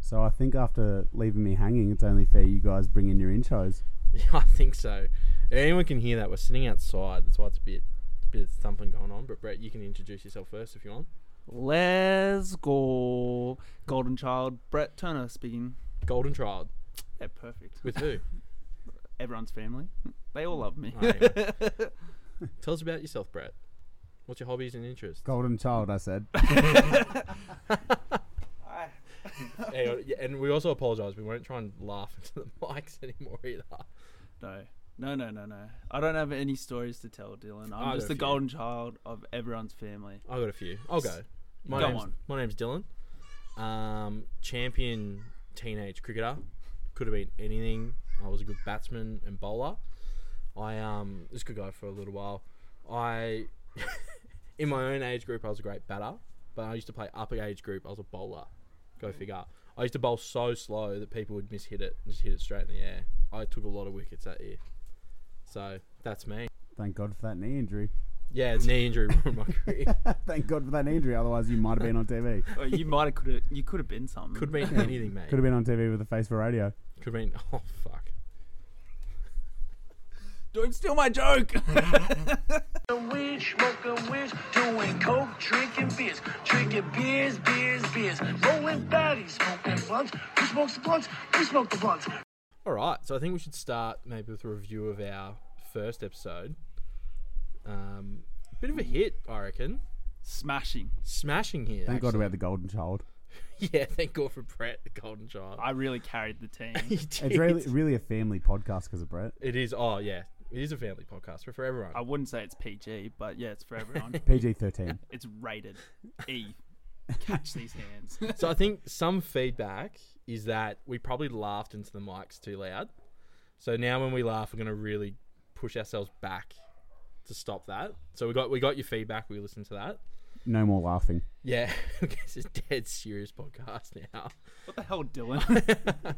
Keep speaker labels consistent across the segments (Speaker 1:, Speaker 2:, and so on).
Speaker 1: So I think after leaving me hanging, it's only fair you guys bring in your intros.
Speaker 2: Yeah, I think so. If anyone can hear that. We're sitting outside. That's why it's a bit, a bit of thumping going on. But Brett, you can introduce yourself first if you want.
Speaker 3: Let's go. Golden Child, Brett Turner speaking.
Speaker 2: Golden Child
Speaker 3: Yeah, perfect.
Speaker 2: with who?
Speaker 3: Everyone's family. They all love me.
Speaker 2: Oh, anyway. Tell us about yourself, Brett. What's your hobbies and interests?
Speaker 1: Golden child, I said.
Speaker 2: Hey, uh, yeah, and we also apologise. We won't try and laugh into the mics anymore either.
Speaker 3: no. No, no, no, no. I don't have any stories to tell, Dylan.
Speaker 2: I
Speaker 3: I'm
Speaker 2: got
Speaker 3: just
Speaker 2: a
Speaker 3: the
Speaker 2: few.
Speaker 3: golden child of everyone's family.
Speaker 2: I've got a few. I'll go. My
Speaker 3: Go
Speaker 2: name's,
Speaker 3: on.
Speaker 2: My name's Dylan. Um, champion teenage cricketer. Could have been anything. I was a good batsman and bowler. I um, this could go for a little while. I, in my own age group, I was a great batter, but I used to play upper age group. I was a bowler. Go figure. I used to bowl so slow that people would miss hit it and just hit it straight in the air. I took a lot of wickets that year. So that's me.
Speaker 1: Thank God for that knee injury.
Speaker 2: Yeah, knee injury ruined my career.
Speaker 1: Thank God for that knee injury. Otherwise, you might have been on TV.
Speaker 3: Oh, you might have could have you could have been something.
Speaker 2: Could have been anything, mate.
Speaker 1: Could have been on TV with a face for radio.
Speaker 2: Could mean oh fuck.
Speaker 3: Don't steal my joke.
Speaker 4: weed, smoking weed, doing coke, drinking beers, drinking beers, beers, beers, rolling fatties, smoking blunts. Who smokes the blunts? Who smokes the blunts?
Speaker 2: All right, so I think we should start maybe with a review of our first episode. Um, bit of a hit, I reckon.
Speaker 3: Smashing.
Speaker 2: Smashing here.
Speaker 1: Thank God we
Speaker 2: actually.
Speaker 1: had the golden child.
Speaker 2: Yeah, thank God for Brett, the golden child.
Speaker 3: I really carried the team.
Speaker 2: He
Speaker 1: It's
Speaker 2: did.
Speaker 1: really, really a family podcast because of Brett.
Speaker 2: It is. Oh yeah, it is a family podcast for for everyone.
Speaker 3: I wouldn't say it's PG, but yeah, it's for everyone.
Speaker 1: PG thirteen.
Speaker 3: it's rated E. Catch these hands.
Speaker 2: So I think some feedback is that we probably laughed into the mics too loud. So now when we laugh, we're gonna really push ourselves back to stop that. So we got we got your feedback. We listened to that.
Speaker 1: No more laughing.
Speaker 2: Yeah, this is dead serious podcast now.
Speaker 3: What the hell, Dylan?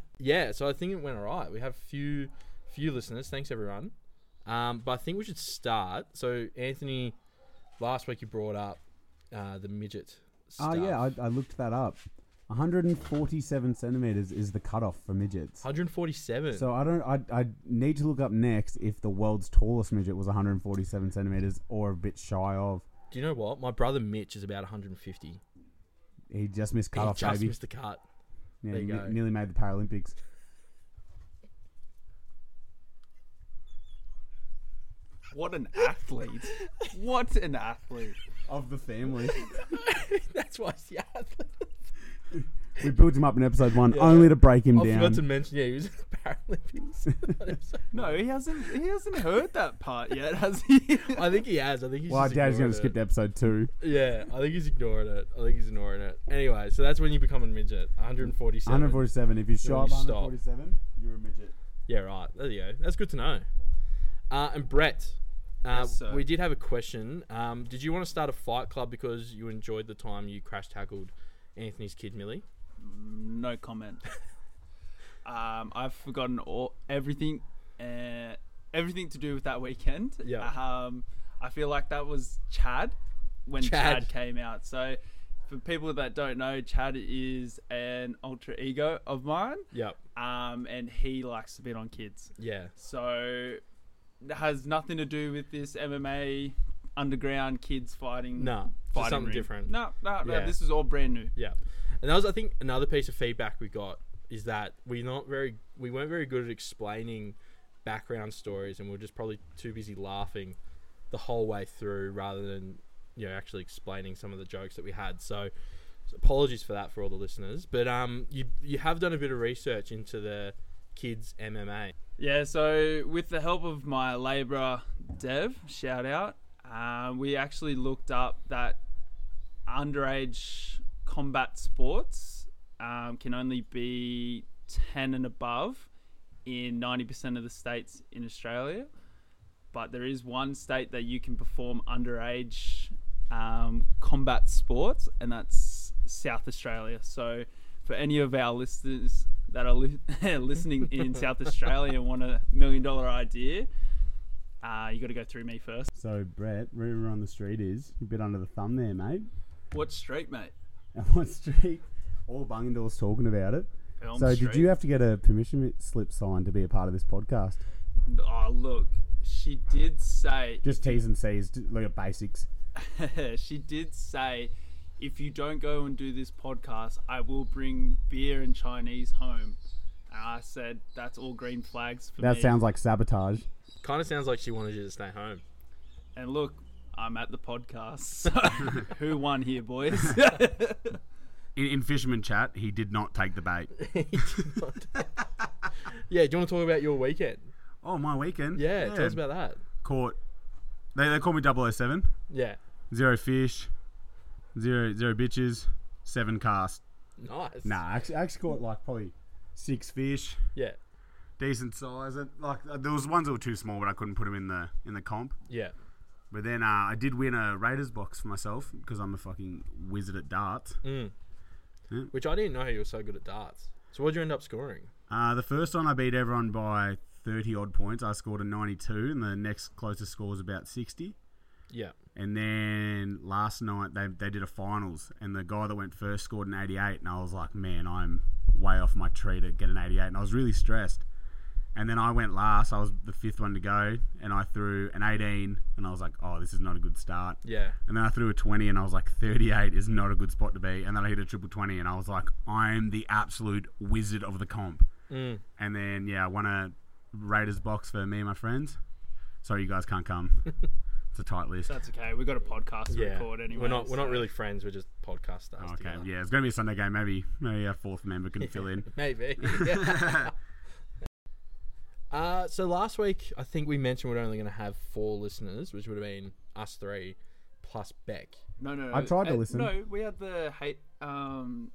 Speaker 2: Yeah, so I think it went alright. We have few few listeners. Thanks everyone. Um, but I think we should start. So Anthony, last week you brought up uh, the midget.
Speaker 1: Oh
Speaker 2: Stuff.
Speaker 1: yeah, I, I looked that up. 147 centimeters is the cutoff for midgets.
Speaker 2: 147.
Speaker 1: So I don't. I, I need to look up next if the world's tallest midget was 147 centimeters or a bit shy of.
Speaker 2: Do you know what? My brother Mitch is about 150.
Speaker 1: He just missed
Speaker 2: he
Speaker 1: cutoff,
Speaker 2: just
Speaker 1: baby.
Speaker 2: missed the cut.
Speaker 1: yeah,
Speaker 2: there you
Speaker 1: ne-
Speaker 2: go.
Speaker 1: nearly made the Paralympics.
Speaker 3: what an athlete. What an athlete.
Speaker 1: Of the family,
Speaker 2: That's why he's the athlete.
Speaker 1: we built him up in episode one only to break him
Speaker 2: I forgot to
Speaker 1: down.
Speaker 2: mention. Yeah, he was in the Paralympics.
Speaker 3: No, he hasn't he hasn't heard that part yet, has he?
Speaker 2: I think he has. I think he's.
Speaker 1: Well, I
Speaker 2: just
Speaker 1: doubt he's going
Speaker 2: ignored
Speaker 1: to
Speaker 2: it.
Speaker 1: skip to episode two.
Speaker 2: Yeah, I think he's ignoring it. I think he's ignoring it. Anyway, so that's when you become a midget. 147.
Speaker 1: 147. If you show
Speaker 2: when
Speaker 1: up
Speaker 2: you stop.
Speaker 1: 147, you're a midget.
Speaker 2: Yeah, right. There you go. That's good to know. Uh, and Brett, uh,
Speaker 3: Yes, sir.
Speaker 2: we did have a question. Um, did you want to start a fight club because you enjoyed the time you crash tackled Anthony's kid Millie?
Speaker 3: no comment. Um, I've forgotten all everything, uh, everything to do with that weekend.
Speaker 2: Yeah.
Speaker 3: Um, I feel like that was Chad when
Speaker 2: Chad.
Speaker 3: Chad. came out. So, for people that don't know, Chad is an alter ego of mine,
Speaker 2: Yep.
Speaker 3: um, and he likes to bet on kids.
Speaker 2: Yeah.
Speaker 3: So, it has nothing to do with this MMA underground kids fighting.
Speaker 2: No, just
Speaker 3: fighting
Speaker 2: something
Speaker 3: ring.
Speaker 2: different.
Speaker 3: No, no, no.
Speaker 2: Yeah.
Speaker 3: This is all brand new.
Speaker 2: Yeah. And that was, I think, another piece of feedback we got is that we not very we weren't very good at explaining background stories, and we are just probably too busy laughing the whole way through rather than you know actually explaining some of the jokes that we had. So apologies for that for all the listeners. But um, you you have done a bit of research into the kids MMA.
Speaker 3: Yeah, so with the help of my labourer Dev, shout out, um, we actually looked up that underage combat sports um, can only be 10 and above in 90% of the states in Australia. But there is one state that you can perform underage um, combat sports, and that's South Australia. So, for any of our listeners that are li- listening in South Australia and want a million dollar idea, uh, you got to go through me first.
Speaker 1: So Brett, rumor on the street is you're a bit under the thumb there, mate.
Speaker 3: What street, mate?
Speaker 1: And what street? All Bungendale's talking about it.
Speaker 3: Elm
Speaker 1: so,
Speaker 3: Street.
Speaker 1: did you have to get a permission slip signed to be a part of this podcast?
Speaker 3: Oh, look, she did say
Speaker 1: Just T's and C's, d- like at basics.
Speaker 3: she did say, if you don't go and do this podcast, I will bring beer and Chinese home. And I said, that's all green flags for
Speaker 1: That
Speaker 3: me.
Speaker 1: sounds like sabotage.
Speaker 2: Kind of sounds like she wanted you to stay home.
Speaker 3: and look, I'm at the podcast. So who won here, boys?
Speaker 1: In, in Fisherman Chat, he did not take the bait.
Speaker 2: Yeah, do you want to talk about your weekend?
Speaker 1: Oh, my weekend.
Speaker 2: Yeah, tell us about that.
Speaker 1: Caught. They, they call me 007.
Speaker 2: Yeah,
Speaker 1: Zero fish, zero zero bitches, seven cast.
Speaker 2: nice.
Speaker 1: Nah, I actually, I actually caught like probably six fish,
Speaker 2: Yeah,
Speaker 1: decent size. Uh, Like uh, there was ones that were too small, but I couldn't put them in the in the comp.
Speaker 2: yeah.
Speaker 1: But then uh, I did win a Raiders box for myself because I'm a fucking wizard at darts.
Speaker 2: Which I didn't know you were so good at darts. So what'd you end up scoring?
Speaker 1: Uh, the first one I beat everyone by thirty odd points. I scored a 92, and the next closest score was about 60.
Speaker 2: Yeah.
Speaker 1: And then last night they, they did a finals, and the guy that went first scored an 88, and I was like, man, I'm way off my tree to get an 88, and I was really stressed. And then I went last, I was the fifth one to go, and I threw an 18, and I was like, oh, this is not a good start.
Speaker 2: Yeah.
Speaker 1: And then I threw a 20, and I was like, 38 is not a good spot to be. And then I hit a triple 20, and I was like, I'm the absolute wizard of the comp. And then, yeah, I won a Raiders box for me and my friends. Sorry, you guys can't come. it's a tight list.
Speaker 3: that's okay. We've got a podcast to
Speaker 2: Yeah.
Speaker 3: record anyway.
Speaker 2: we're not we're
Speaker 3: so-
Speaker 2: not really friends. We're just podcast stars.
Speaker 1: Okay,
Speaker 2: together.
Speaker 1: yeah, it's gonna be a Sunday game. Maybe, maybe our fourth member can fill in.
Speaker 2: Maybe. uh, so last week, I think we mentioned we're only going to have four listeners, which would have been us three plus Beck.
Speaker 3: No, no.
Speaker 1: I tried to
Speaker 3: uh,
Speaker 1: listen.
Speaker 3: No, we had the hate. Um,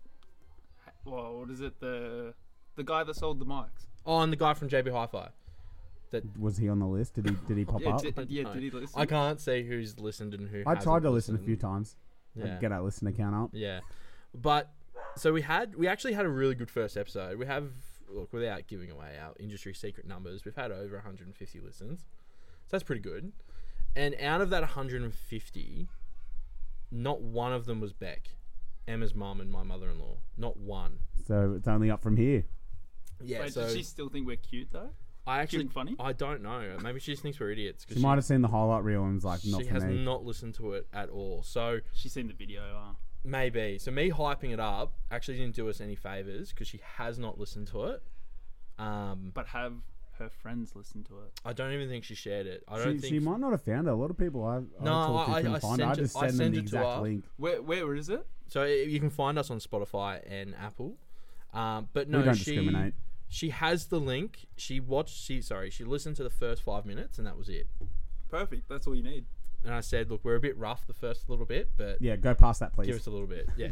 Speaker 3: ha- well, what is it? The the guy that sold the mics.
Speaker 2: Oh, and the guy from JB Hi-Fi.
Speaker 5: Was he on the list? Did he did he pop
Speaker 3: Yeah,
Speaker 5: up?
Speaker 3: did, yeah,
Speaker 2: No.
Speaker 3: did he listen?
Speaker 2: I can't see who's listened and who.
Speaker 5: I tried
Speaker 2: hasn't
Speaker 5: to listen a few
Speaker 2: listened.
Speaker 5: times.
Speaker 2: Yeah.
Speaker 5: Get our listener count up.
Speaker 2: Yeah, but so we had we actually had a really good first episode. We have look without giving away our industry secret numbers. We've had over 150 listens, so that's pretty good. And out of that 150, not one of them was Beck, Emma's mum, and my mother-in-law. Not one.
Speaker 5: So it's only up from here.
Speaker 2: Yeah.
Speaker 3: Wait,
Speaker 2: so
Speaker 3: does she still think we're cute though?
Speaker 2: I actually
Speaker 3: and funny?
Speaker 2: I don't know. Maybe she just thinks we're idiots because
Speaker 5: She might have seen the highlight reel and was like,
Speaker 2: she,
Speaker 5: not
Speaker 2: she
Speaker 5: for
Speaker 2: has
Speaker 5: me.
Speaker 2: not listened to it at all. So
Speaker 3: She's seen the video. Uh,
Speaker 2: Maybe. So me hyping it up actually didn't do us any favors because she has not listened to it. Um,
Speaker 3: but have her friends listen to it.
Speaker 2: I don't even think she shared it. I
Speaker 5: she,
Speaker 2: don't think.
Speaker 5: she might not have found it. A lot of people I, I
Speaker 2: No,
Speaker 5: talked
Speaker 2: I-
Speaker 5: to
Speaker 2: I-
Speaker 5: couldn't
Speaker 2: I
Speaker 5: find it.
Speaker 2: sent
Speaker 5: I
Speaker 2: it-
Speaker 5: just
Speaker 2: I
Speaker 5: send them
Speaker 2: sent
Speaker 5: the
Speaker 2: it to her.
Speaker 5: exact link.
Speaker 3: Where where is it?
Speaker 2: So i- you can find us on Spotify and Apple. Um, but no,
Speaker 5: We don't
Speaker 2: she
Speaker 5: discriminate.
Speaker 2: she has the link. She watched. She sorry. She listened to the first five minutes and that was it.
Speaker 3: Perfect. That's all you need.
Speaker 2: And I said, look, we're a bit rough the first little bit, but
Speaker 5: Yeah, go past that,
Speaker 2: give
Speaker 5: please.
Speaker 2: us a little bit. Yeah,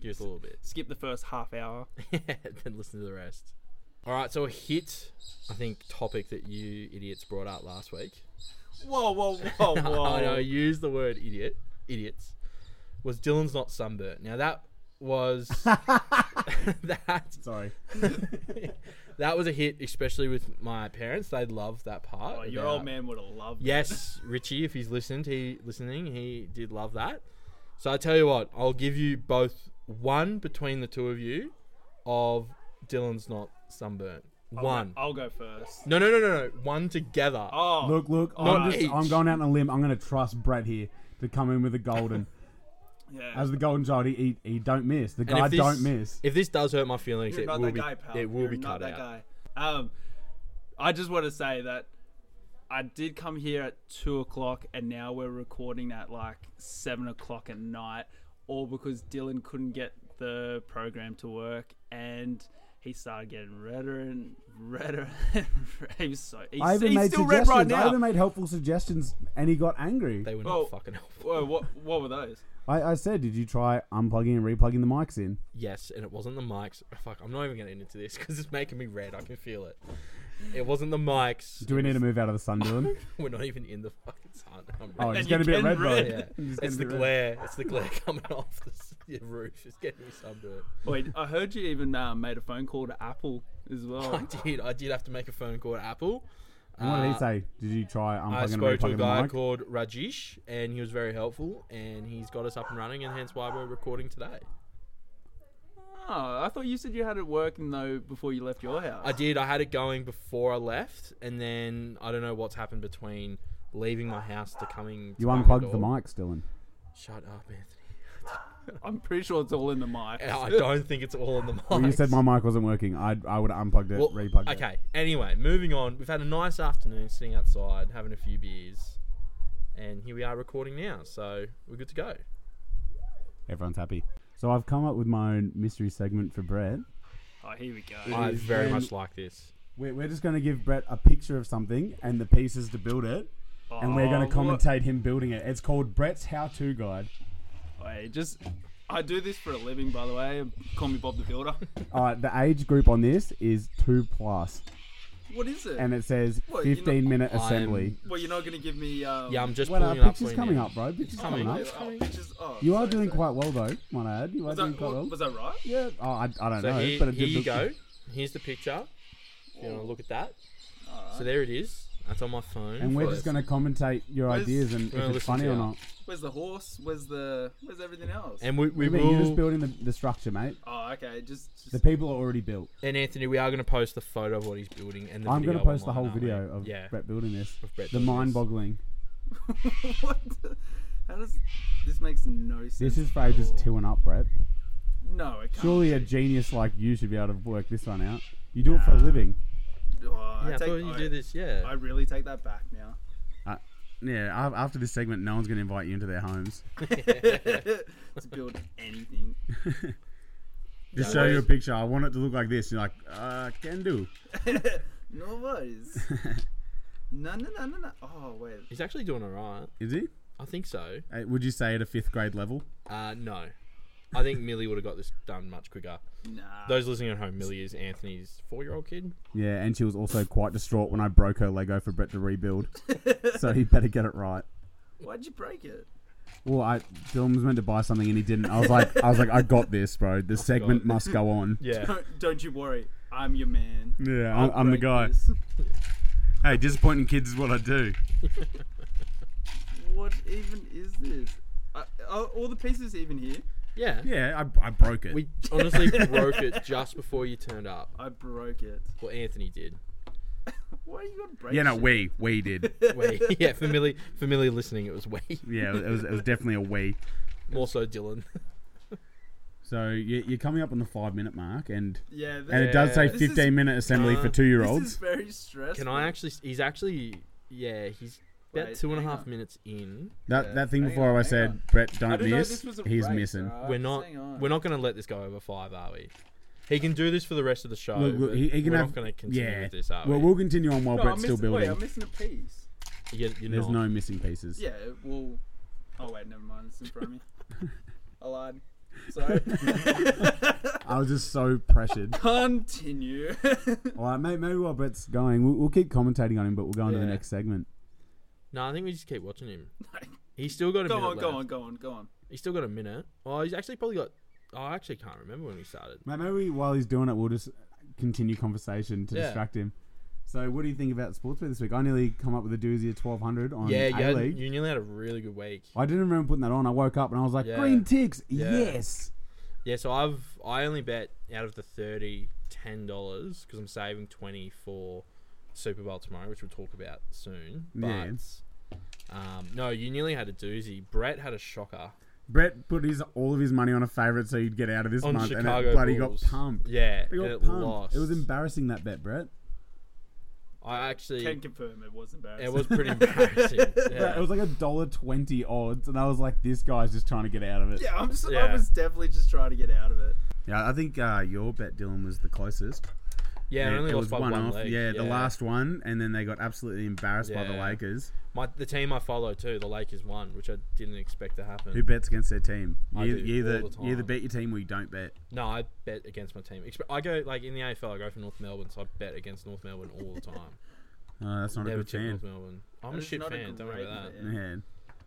Speaker 2: give us a little bit.
Speaker 3: Skip the first half hour.
Speaker 2: then listen to the rest. All right. So a hit, I think, topic that you idiots brought up last week.
Speaker 3: Whoa, whoa, whoa, whoa!
Speaker 2: I know, Oh, use the word idiot, idiots, was Dylan's not sunburnt. Now that was that
Speaker 5: Sorry.
Speaker 2: that was a hit, especially with my parents. They loved that part.
Speaker 3: Oh, your
Speaker 2: about-
Speaker 3: old man would have loved. it.
Speaker 2: Yes, Richie, if he's listened, he listening, he did love that. So I tell you what, I'll give you both one between the two of you of Dylan's not sunburnt.
Speaker 3: I'll go-
Speaker 2: One.
Speaker 3: I'll go first.
Speaker 2: No, no, no, no, no. One together.
Speaker 3: Oh,
Speaker 5: Look, look,
Speaker 2: Not
Speaker 5: I'm, just, I'm
Speaker 2: each.
Speaker 5: going out on a limb. I'm going to trust Brett here to come in with the golden.
Speaker 3: yeah.
Speaker 5: As the golden child, he, he, he don't miss. The
Speaker 2: And
Speaker 5: guy
Speaker 2: if this-
Speaker 5: don't miss.
Speaker 2: If this does hurt my feelings,
Speaker 3: You're
Speaker 2: it
Speaker 3: not
Speaker 2: will
Speaker 3: that
Speaker 2: be
Speaker 3: guy, pal.
Speaker 2: it will
Speaker 3: You're
Speaker 2: be cut
Speaker 3: not that
Speaker 2: out.
Speaker 3: guy. Um, I just want to say that I did come here at two o'clock, and now we're recording at like seven o'clock at night, all because Dylan couldn't get the program to work, and he started getting redder and redder. and redder. he was so he's,
Speaker 5: I even
Speaker 3: he's
Speaker 5: made
Speaker 3: still red
Speaker 5: suggestions.
Speaker 3: right
Speaker 5: I
Speaker 3: now.
Speaker 5: even made helpful suggestions, and he got angry.
Speaker 2: They were
Speaker 3: Well-
Speaker 2: not fucking helpful.
Speaker 3: Whoa, what what were those?
Speaker 5: I, I said, did you try unplugging and replugging the mics in?
Speaker 2: Yes, and it wasn't the mics. Fuck, I'm not even getting into this because it's making me red. I can feel it. It wasn't the mics.
Speaker 5: Do we need to move out of the sun, Dylan?
Speaker 2: We're not even in the fucking sun. I'm
Speaker 5: Oh,
Speaker 2: red.
Speaker 5: he's
Speaker 3: you
Speaker 5: going to be at
Speaker 3: can
Speaker 5: Red
Speaker 3: read.
Speaker 5: Road.
Speaker 2: yeah.
Speaker 5: He's gonna
Speaker 2: It's the
Speaker 5: be red.
Speaker 2: glare. It's the glare coming off the s- the roof. It's getting me sunburned.
Speaker 3: Wait, I heard you even uh, made a phone call to Apple as
Speaker 2: I
Speaker 3: well.
Speaker 2: did. I did have to make a phone call to Apple.
Speaker 5: And what did
Speaker 2: Uh,
Speaker 5: he say? Did you try unplugging
Speaker 2: I
Speaker 5: and
Speaker 2: spoke to a
Speaker 5: replugging the
Speaker 2: guy
Speaker 5: mic?
Speaker 2: called Rajesh, and he was very helpful, and he's got us up and running, and hence why we're recording today.
Speaker 3: Oh, I thought you said you had it working though before you left your house.
Speaker 2: I did. I had it going before I left, and then I don't know what's happened between leaving my house to coming. To
Speaker 1: You
Speaker 2: my
Speaker 1: unplugged the
Speaker 2: door.
Speaker 1: mics, Dylan.
Speaker 2: Shut up, Anthony.
Speaker 3: I'm pretty sure it's all in the mic.
Speaker 2: I don't think it's all in the mic.
Speaker 1: Well, you said my mic wasn't working. I I would have unplugged it,
Speaker 2: Well,
Speaker 1: replugged it.
Speaker 2: okay. Anyway, moving on. We've had a nice afternoon sitting outside, having a few beers, and here we are recording now. So we're good to go.
Speaker 1: Everyone's happy. So I've come up with my own mystery segment for Brett.
Speaker 3: Oh, here we go.
Speaker 2: I
Speaker 1: is
Speaker 2: very
Speaker 1: when-
Speaker 2: much like this.
Speaker 1: We're, we're just going to give Brett a picture of something and the pieces to build it, and we're going to
Speaker 3: Oh, what-
Speaker 1: commentate him building it. It's called Brett's how-to guide.
Speaker 3: Wait, just I do this for a living, by the way. Call me Bob the Builder.
Speaker 1: All right, the age group on this is two plus,
Speaker 3: what is it?
Speaker 1: and it says
Speaker 3: What, you're not-
Speaker 1: fifteen minute
Speaker 2: I'm-
Speaker 1: assembly.
Speaker 3: well, you're not gonna give me. Um,
Speaker 2: Yeah, I'm just
Speaker 1: Well,
Speaker 2: pulling
Speaker 1: our
Speaker 2: it up.
Speaker 1: picture's
Speaker 2: for you
Speaker 1: coming
Speaker 2: now.
Speaker 1: up, bro. Picture's
Speaker 2: coming
Speaker 1: coming up.
Speaker 2: up.
Speaker 3: oh, pictures- oh,
Speaker 1: You are
Speaker 3: sorry,
Speaker 1: doing
Speaker 3: sorry.
Speaker 1: quite well though, might I add. You are
Speaker 3: Was
Speaker 1: doing
Speaker 3: that,
Speaker 1: quite well.
Speaker 3: was that right?
Speaker 1: Yeah. Oh, I, I don't
Speaker 2: So
Speaker 1: know,
Speaker 2: here,
Speaker 1: but it
Speaker 2: here
Speaker 1: did
Speaker 2: you
Speaker 1: look-
Speaker 2: go. Here's the picture. If you want to look at that. So there it is. That's on my phone.
Speaker 1: And we're just
Speaker 2: First.
Speaker 1: going to commentate your
Speaker 3: Where's-
Speaker 1: ideas and
Speaker 2: We're gonna
Speaker 1: if it's
Speaker 2: listen
Speaker 1: funny
Speaker 2: to
Speaker 1: or
Speaker 2: you.
Speaker 1: not.
Speaker 3: Where's the horse? Where's the? Where's everything else?
Speaker 2: And we, we
Speaker 1: I mean, you're just
Speaker 2: will.
Speaker 1: building the, the structure, mate.
Speaker 3: oh, okay. Just, just
Speaker 1: The people are already built.
Speaker 2: And Anthony, we are going to post the photo of what he's building and the
Speaker 1: I'm going
Speaker 2: going to
Speaker 1: to post the whole
Speaker 2: aren't we?
Speaker 1: video of
Speaker 2: yeah.
Speaker 1: Brett building this.
Speaker 2: Of Brett
Speaker 1: the
Speaker 2: doing this.
Speaker 1: mind boggling.
Speaker 3: what? The, how does this makes no sense?
Speaker 1: This is for
Speaker 3: at
Speaker 1: ages
Speaker 3: all.
Speaker 1: two and up, Brett.
Speaker 3: No, it can't.
Speaker 1: Surely a genius like you should be able to work this one out. You do it for a living.
Speaker 3: Oh, I
Speaker 2: Yeah, I
Speaker 3: take-
Speaker 2: thought you
Speaker 3: I-
Speaker 2: do this. Yeah.
Speaker 3: I really take that back now.
Speaker 1: Yeah, af- after this segment, no one's going to invite you into their homes.
Speaker 3: to build anything.
Speaker 1: Just
Speaker 2: Yeah.
Speaker 1: show you a picture. I want it to look like this. You're like, uh, can do.
Speaker 3: No worries. no, no, no, no, no. Oh, wait.
Speaker 2: He's actually doing alright.
Speaker 1: Is he?
Speaker 2: I think so.
Speaker 1: Uh, would you say at a fifth grade level?
Speaker 2: Uh, no. I think Millie would have got this done much quicker.
Speaker 3: Nah.
Speaker 2: Those listening at home, Millie is Anthony's four-year-old kid.
Speaker 1: Yeah, and she was also quite distraught when I broke her Lego for Brett to rebuild. so he better get it right.
Speaker 3: Why'd you break it?
Speaker 1: Well, I Dylan was meant to buy something and he didn't. I was like, I was like, I got this, bro. The segment must go on.
Speaker 2: Yeah.
Speaker 3: Don't, don't you worry. I'm your man.
Speaker 1: Yeah,
Speaker 3: I'll
Speaker 1: I'm, I'm the
Speaker 3: break
Speaker 1: guy.
Speaker 3: this.
Speaker 1: Hey, disappointing kids is what I do.
Speaker 3: What even is this? Uh, are all the pieces even here?
Speaker 2: yeah.
Speaker 1: Yeah, I, I broke it.
Speaker 2: We honestly broke it just before you turned up.
Speaker 3: I broke it.
Speaker 2: Well, Anthony did.
Speaker 3: Why are you gonna break?
Speaker 1: yeah, no,
Speaker 3: shit?
Speaker 1: we we did.
Speaker 2: Wait, yeah, for Millie, for Millie listening, it was way
Speaker 1: Yeah, it was it was definitely a we.
Speaker 2: more so Dylan.
Speaker 1: So you, you're coming up on the five minute mark, and
Speaker 3: Yeah. This,
Speaker 1: and it does say
Speaker 3: This is-
Speaker 1: 15 minute assembly for
Speaker 2: uh,
Speaker 1: two year
Speaker 3: this is
Speaker 1: olds.
Speaker 3: very stressful.
Speaker 2: Can I actually? He's actually, yeah, he's about
Speaker 3: Wait,
Speaker 2: two and a
Speaker 3: hang
Speaker 2: half
Speaker 3: on.
Speaker 2: minutes in.
Speaker 1: That that thing
Speaker 3: Hang
Speaker 1: before
Speaker 3: on,
Speaker 1: I
Speaker 3: hang
Speaker 1: said,
Speaker 3: on.
Speaker 1: Brett,
Speaker 3: I
Speaker 1: don't
Speaker 3: didn't know
Speaker 1: miss.
Speaker 3: this was a
Speaker 1: He's
Speaker 3: race,
Speaker 1: missing.
Speaker 3: alright?
Speaker 2: we're not,
Speaker 3: Hang on.
Speaker 2: we're not going to let this go over five, are we? He can do this for the rest of the show.
Speaker 1: Look, look,
Speaker 2: but
Speaker 1: he, he can
Speaker 2: we're
Speaker 1: have,
Speaker 2: not going to continue
Speaker 1: yeah.
Speaker 2: with this, are
Speaker 1: well,
Speaker 2: we?
Speaker 1: we'll continue on while
Speaker 3: No, I'm
Speaker 1: Brett's still
Speaker 3: missing, wait,
Speaker 1: building.
Speaker 3: I'm missing a piece.
Speaker 2: You- you're
Speaker 1: There's
Speaker 2: not.
Speaker 1: no missing pieces.
Speaker 3: Yeah. Well. Oh wait, never mind. It's in front of me. I lied. Sorry.
Speaker 1: I was just so pressured.
Speaker 3: Continue.
Speaker 1: All right, mate, maybe while Brett's going, we'll, we'll keep commentating on him, but we'll go on to the
Speaker 2: Yeah.
Speaker 1: next segment.
Speaker 2: No, I think we just keep watching him. He's still got a
Speaker 3: go
Speaker 2: minute.
Speaker 3: on, go
Speaker 2: left.
Speaker 3: on, go on, go on.
Speaker 2: He's still got a minute. Oh, he's actually probably got. Oh, I actually can't remember when we started.
Speaker 1: Mate, maybe while he's doing it, we'll just continue conversation to
Speaker 2: Yeah.
Speaker 1: distract him. So, what do you think about Sportsbet this week? I nearly come up with a doozy of 1200 on
Speaker 2: Yeah, you,
Speaker 1: A
Speaker 2: had,
Speaker 1: League.
Speaker 2: you nearly had a really good week.
Speaker 1: I didn't remember putting that on. I woke up and I was like,
Speaker 2: Yeah.
Speaker 1: green ticks,
Speaker 2: Yeah.
Speaker 1: yes.
Speaker 2: Yeah, so I've I only bet out of the 30 ten dollars because I'm saving twenty for Super Bowl tomorrow, which we'll talk about soon. But
Speaker 1: Yeah.
Speaker 2: um, no, you nearly had a doozy. Brett had a shocker
Speaker 1: Brett put his all of his money on a favourite so you'd get out of this
Speaker 2: on
Speaker 1: month,
Speaker 2: Chicago
Speaker 1: and it bloody
Speaker 2: Bulls.
Speaker 1: got pumped.
Speaker 2: Yeah,
Speaker 1: It got
Speaker 2: and it
Speaker 1: pumped.
Speaker 2: lost.
Speaker 1: It was embarrassing that bet, Brett.
Speaker 2: I actually
Speaker 3: Can confirm it was embarrassing.
Speaker 2: it was pretty embarrassing.
Speaker 1: It
Speaker 2: Yeah.
Speaker 1: was like a dollar twenty odds, and I was like, "This guy's just trying to get out of it."
Speaker 3: Yeah, I'm just, I
Speaker 2: Yeah.
Speaker 3: was definitely just trying to get out of it.
Speaker 1: Yeah, I think uh, your bet, Dylan, was the closest.
Speaker 2: yeah, I
Speaker 1: Yeah,
Speaker 2: only
Speaker 1: it
Speaker 2: lost
Speaker 1: was
Speaker 2: by one,
Speaker 1: off.
Speaker 2: leg.
Speaker 1: Yeah, the last one, and then they got absolutely embarrassed by the
Speaker 2: Yeah.
Speaker 1: Lakers.
Speaker 2: my the team I follow too, the Lakers won, which I didn't expect to happen.
Speaker 1: Who bets against their team? You,
Speaker 2: I do,
Speaker 1: you either
Speaker 2: all the
Speaker 1: you either
Speaker 2: time.
Speaker 1: bet your team or you don't bet.
Speaker 2: No, I bet against my team. Expe- I go like in the AFL, I go for North Melbourne, so I bet against North Melbourne all the time.
Speaker 1: Uh, that's not a
Speaker 2: Never
Speaker 1: good
Speaker 2: tip
Speaker 1: fan.
Speaker 2: North Melbourne. I'm
Speaker 3: That
Speaker 2: a
Speaker 3: is
Speaker 2: shit
Speaker 3: not a
Speaker 2: fan. Don't worry
Speaker 3: great
Speaker 2: about that.
Speaker 3: bet.
Speaker 1: Yeah,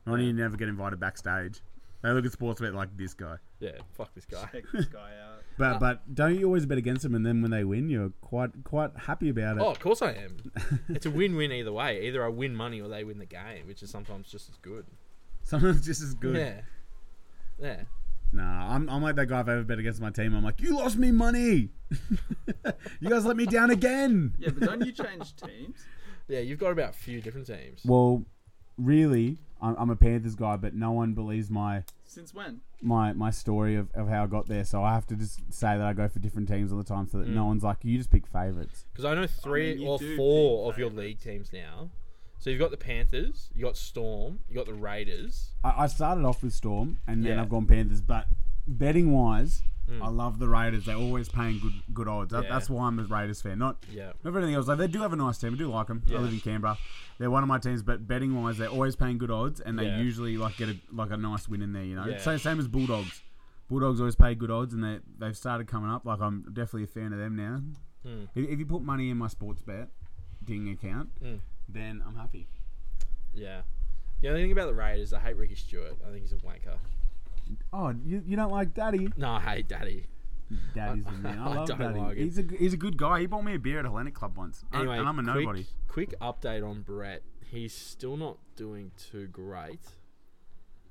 Speaker 1: not you never get invited backstage. They look at sports bet like this guy.
Speaker 2: Yeah, fuck this guy.
Speaker 3: Check this guy out.
Speaker 1: But but don't you always bet against them? And then when they win, you're quite quite happy about it.
Speaker 2: Oh, of course I am. it's a win-win either way. Either I win money or they win the game, which is sometimes just as good.
Speaker 1: Sometimes just as good.
Speaker 2: Yeah, yeah.
Speaker 6: Nah, I'm, I'm like that guy. If I ever bet against my team, I'm like, you lost me money. you guys let me down again.
Speaker 3: Yeah, but don't you change teams?
Speaker 2: Yeah, you've got about a few different teams.
Speaker 1: Well, really, I'm, I'm a Panthers guy, but no one believes my
Speaker 3: Since when?
Speaker 1: my my story of, of how I got there. So I have to just say that I go for different teams all the time, so that no one's like, you just pick favorites.
Speaker 2: Because I know three
Speaker 3: you
Speaker 2: or
Speaker 3: do
Speaker 2: four
Speaker 3: pick
Speaker 2: of your league teams now. So you've got the Panthers, you got Storm, you got the Raiders.
Speaker 1: I, I started off with Storm, and then
Speaker 2: Yeah. Hmm.
Speaker 1: I've gone Panthers. But betting wise, I love the Raiders. They're always paying good good odds. That,
Speaker 2: Yeah.
Speaker 1: That's why I'm a Raiders fan. Not
Speaker 2: Yeah.
Speaker 1: not for anything else. Like they do have a nice team. I do like them. I live in Canberra. They're one of my teams, but betting wise, they're always paying good odds, and they
Speaker 2: Yeah.
Speaker 1: usually like get a, like a nice win in there. You know,
Speaker 2: Yeah.
Speaker 1: same same as Bulldogs. Bulldogs always pay good odds, and they they've started coming up. Like I'm definitely a fan of them now.
Speaker 2: Hmm.
Speaker 1: If, if you put money in my sports bet ding account,
Speaker 2: Hmm.
Speaker 1: then I'm happy.
Speaker 2: Yeah. The only thing about the Raiders, I hate Ricky Stewart. I think he's a wanker.
Speaker 1: Oh, you, you don't like Daddy?
Speaker 2: No, I hate Daddy.
Speaker 1: Daddy's the man. I
Speaker 2: I
Speaker 1: love
Speaker 2: don't
Speaker 1: Daddy.
Speaker 2: like it.
Speaker 1: he's a he's a good guy. He bought me a beer at Hellenic Club once, I-
Speaker 2: Anyway,
Speaker 1: and I'm a
Speaker 2: quick,
Speaker 1: nobody.
Speaker 2: Quick update on Brett. He's still not doing too great.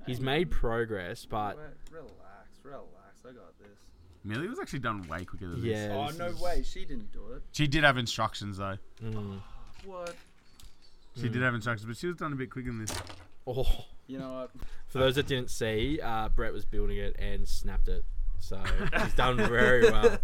Speaker 2: He's made progress, but
Speaker 3: Wait, relax, relax. I got this.
Speaker 1: Millie was actually done way quicker than this.
Speaker 2: yeah.
Speaker 3: Oh
Speaker 2: this
Speaker 3: no
Speaker 2: is-
Speaker 3: way, she didn't do it.
Speaker 1: She did have instructions though.
Speaker 2: Mm.
Speaker 3: What?
Speaker 1: She did have instructions, but she was done a bit quicker than this.
Speaker 2: Oh.
Speaker 3: You know what?
Speaker 2: For those that didn't see, uh, Brett was building it and snapped it. So he's done very well.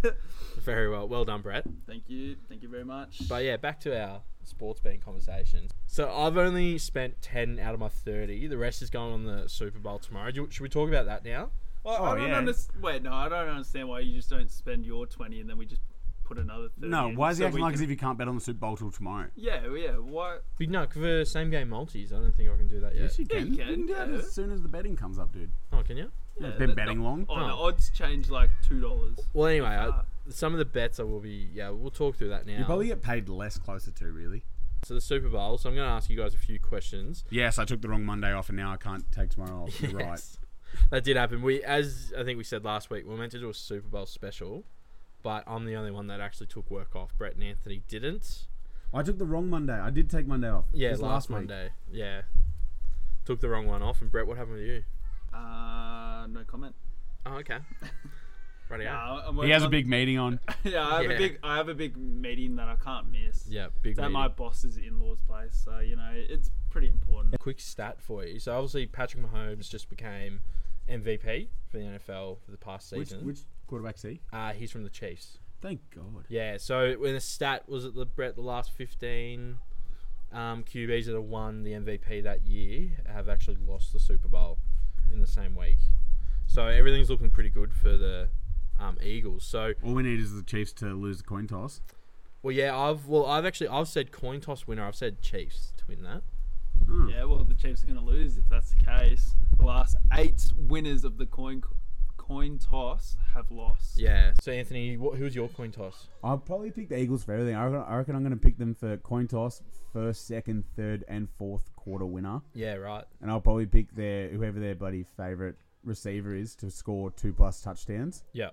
Speaker 2: Very well. Well done, Brett.
Speaker 3: Thank you, thank you very much.
Speaker 2: But yeah, back to our sports betting conversations. So I've only spent 10 out of my 30. The rest is going on the Super Bowl tomorrow. Do you- Should we talk about that now?
Speaker 3: Well, I
Speaker 1: Oh,
Speaker 3: don't
Speaker 1: yeah.
Speaker 3: understand. Wait, no, I don't understand why you just don't spend your twenty and then we just put another thirty.
Speaker 1: No,
Speaker 3: in
Speaker 1: why is he
Speaker 3: so
Speaker 1: acting
Speaker 3: we
Speaker 1: like as
Speaker 3: can-
Speaker 1: if you can't bet on the Super Bowl till tomorrow?
Speaker 3: Yeah, well, yeah. Why?
Speaker 2: But no, for same game multis, I don't think I can do that yet.
Speaker 1: Yes, you
Speaker 3: Yeah,
Speaker 1: can.
Speaker 3: you
Speaker 1: You
Speaker 3: can,
Speaker 1: can do that
Speaker 3: yeah.
Speaker 1: as soon as the betting comes up, dude.
Speaker 2: Oh, can you?
Speaker 3: Yeah,
Speaker 1: been
Speaker 3: the-
Speaker 1: betting
Speaker 3: the,
Speaker 1: long.
Speaker 3: Oh, the
Speaker 2: Oh.
Speaker 3: odds change like two dollars.
Speaker 2: Well, anyway, I, some of the bets I will be. Yeah, we'll talk through that now.
Speaker 1: Ah. You probably get paid less closer to, really.
Speaker 2: so the Super Bowl. So I'm going to ask you guys a few questions.
Speaker 1: Yes, I took the wrong Monday off, and now I can't take tomorrow off. You're Right.
Speaker 2: That did happen. We, as I think we said last week, we were meant to do a Super Bowl special, but I'm the only one that actually took work off. Brett and Anthony didn't.
Speaker 1: I took the wrong Monday. I did take Monday off.
Speaker 2: Yeah,
Speaker 1: It was
Speaker 2: last,
Speaker 1: week.
Speaker 2: Monday. Yeah, took the wrong one off. And Brett, what happened with you?
Speaker 3: Uh, no comment.
Speaker 2: Oh, okay. Right out.
Speaker 3: Nah, I'm
Speaker 1: He has a
Speaker 3: working
Speaker 1: big meeting on.
Speaker 3: on- Yeah, I have
Speaker 2: Yeah.
Speaker 3: a big. I have a big meeting that I can't miss.
Speaker 2: Yeah, big.
Speaker 3: It's at
Speaker 2: meeting.
Speaker 3: my boss's in-laws' place, so you know it's pretty important.
Speaker 2: quick stat for you. So obviously Patrick Mahomes just became MVP for the NFL for the past
Speaker 1: Which,
Speaker 2: season.
Speaker 1: which quarterback see?
Speaker 2: Uh, he's from the Chiefs.
Speaker 1: Thank God.
Speaker 2: Yeah. So when the stat was at the Brett, the last fifteen um, QBs that have won the MVP that year have actually lost the Super Bowl in the same week. So everything's looking pretty good for the um, Eagles. So
Speaker 1: All we need is the Chiefs to lose the coin toss.
Speaker 2: well, yeah, I've well, I've actually I've said coin toss winner. I've said Chiefs to win that.
Speaker 1: Hmm.
Speaker 3: Yeah, well, the Chiefs are going to lose if that's the case. The last eight winners of the coin coin toss have lost.
Speaker 2: Yeah. So Anthony, what, who's your coin toss?
Speaker 1: I'll probably pick the Eagles for everything. I reckon, I reckon I'm going to pick them for coin toss, first, second, third, and fourth quarter winner.
Speaker 2: Yeah. Right.
Speaker 1: And I'll probably pick their whoever their bloody favorite receiver is to score two plus touchdowns,
Speaker 2: Yeah.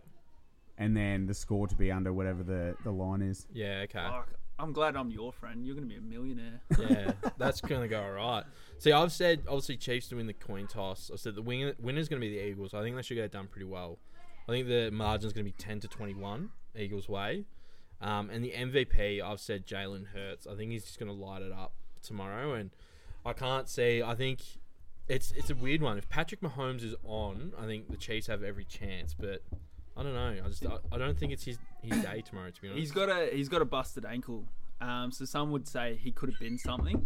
Speaker 1: and then the score to be under whatever the, the line is.
Speaker 2: Yeah. Okay.
Speaker 3: Fuck, I'm glad I'm your friend. You're going to be a millionaire.
Speaker 2: yeah, that's gonna go all right. See, I've said obviously Chiefs to win the coin toss. I said the win- winner's gonna be the Eagles. I think they should get it done pretty well. I think the margin's gonna be ten to twenty-one Eagles way, um, and the MVP I've said Jalen Hurts. I think he's just gonna light it up tomorrow, and I can't see. I think it's it's a weird one. If Patrick Mahomes is on, I think the Chiefs have every chance, but. I don't know. I just I, I don't think it's his his day tomorrow. To be honest,
Speaker 3: he's got a he's got a busted ankle. Um, so some would say he could have been something,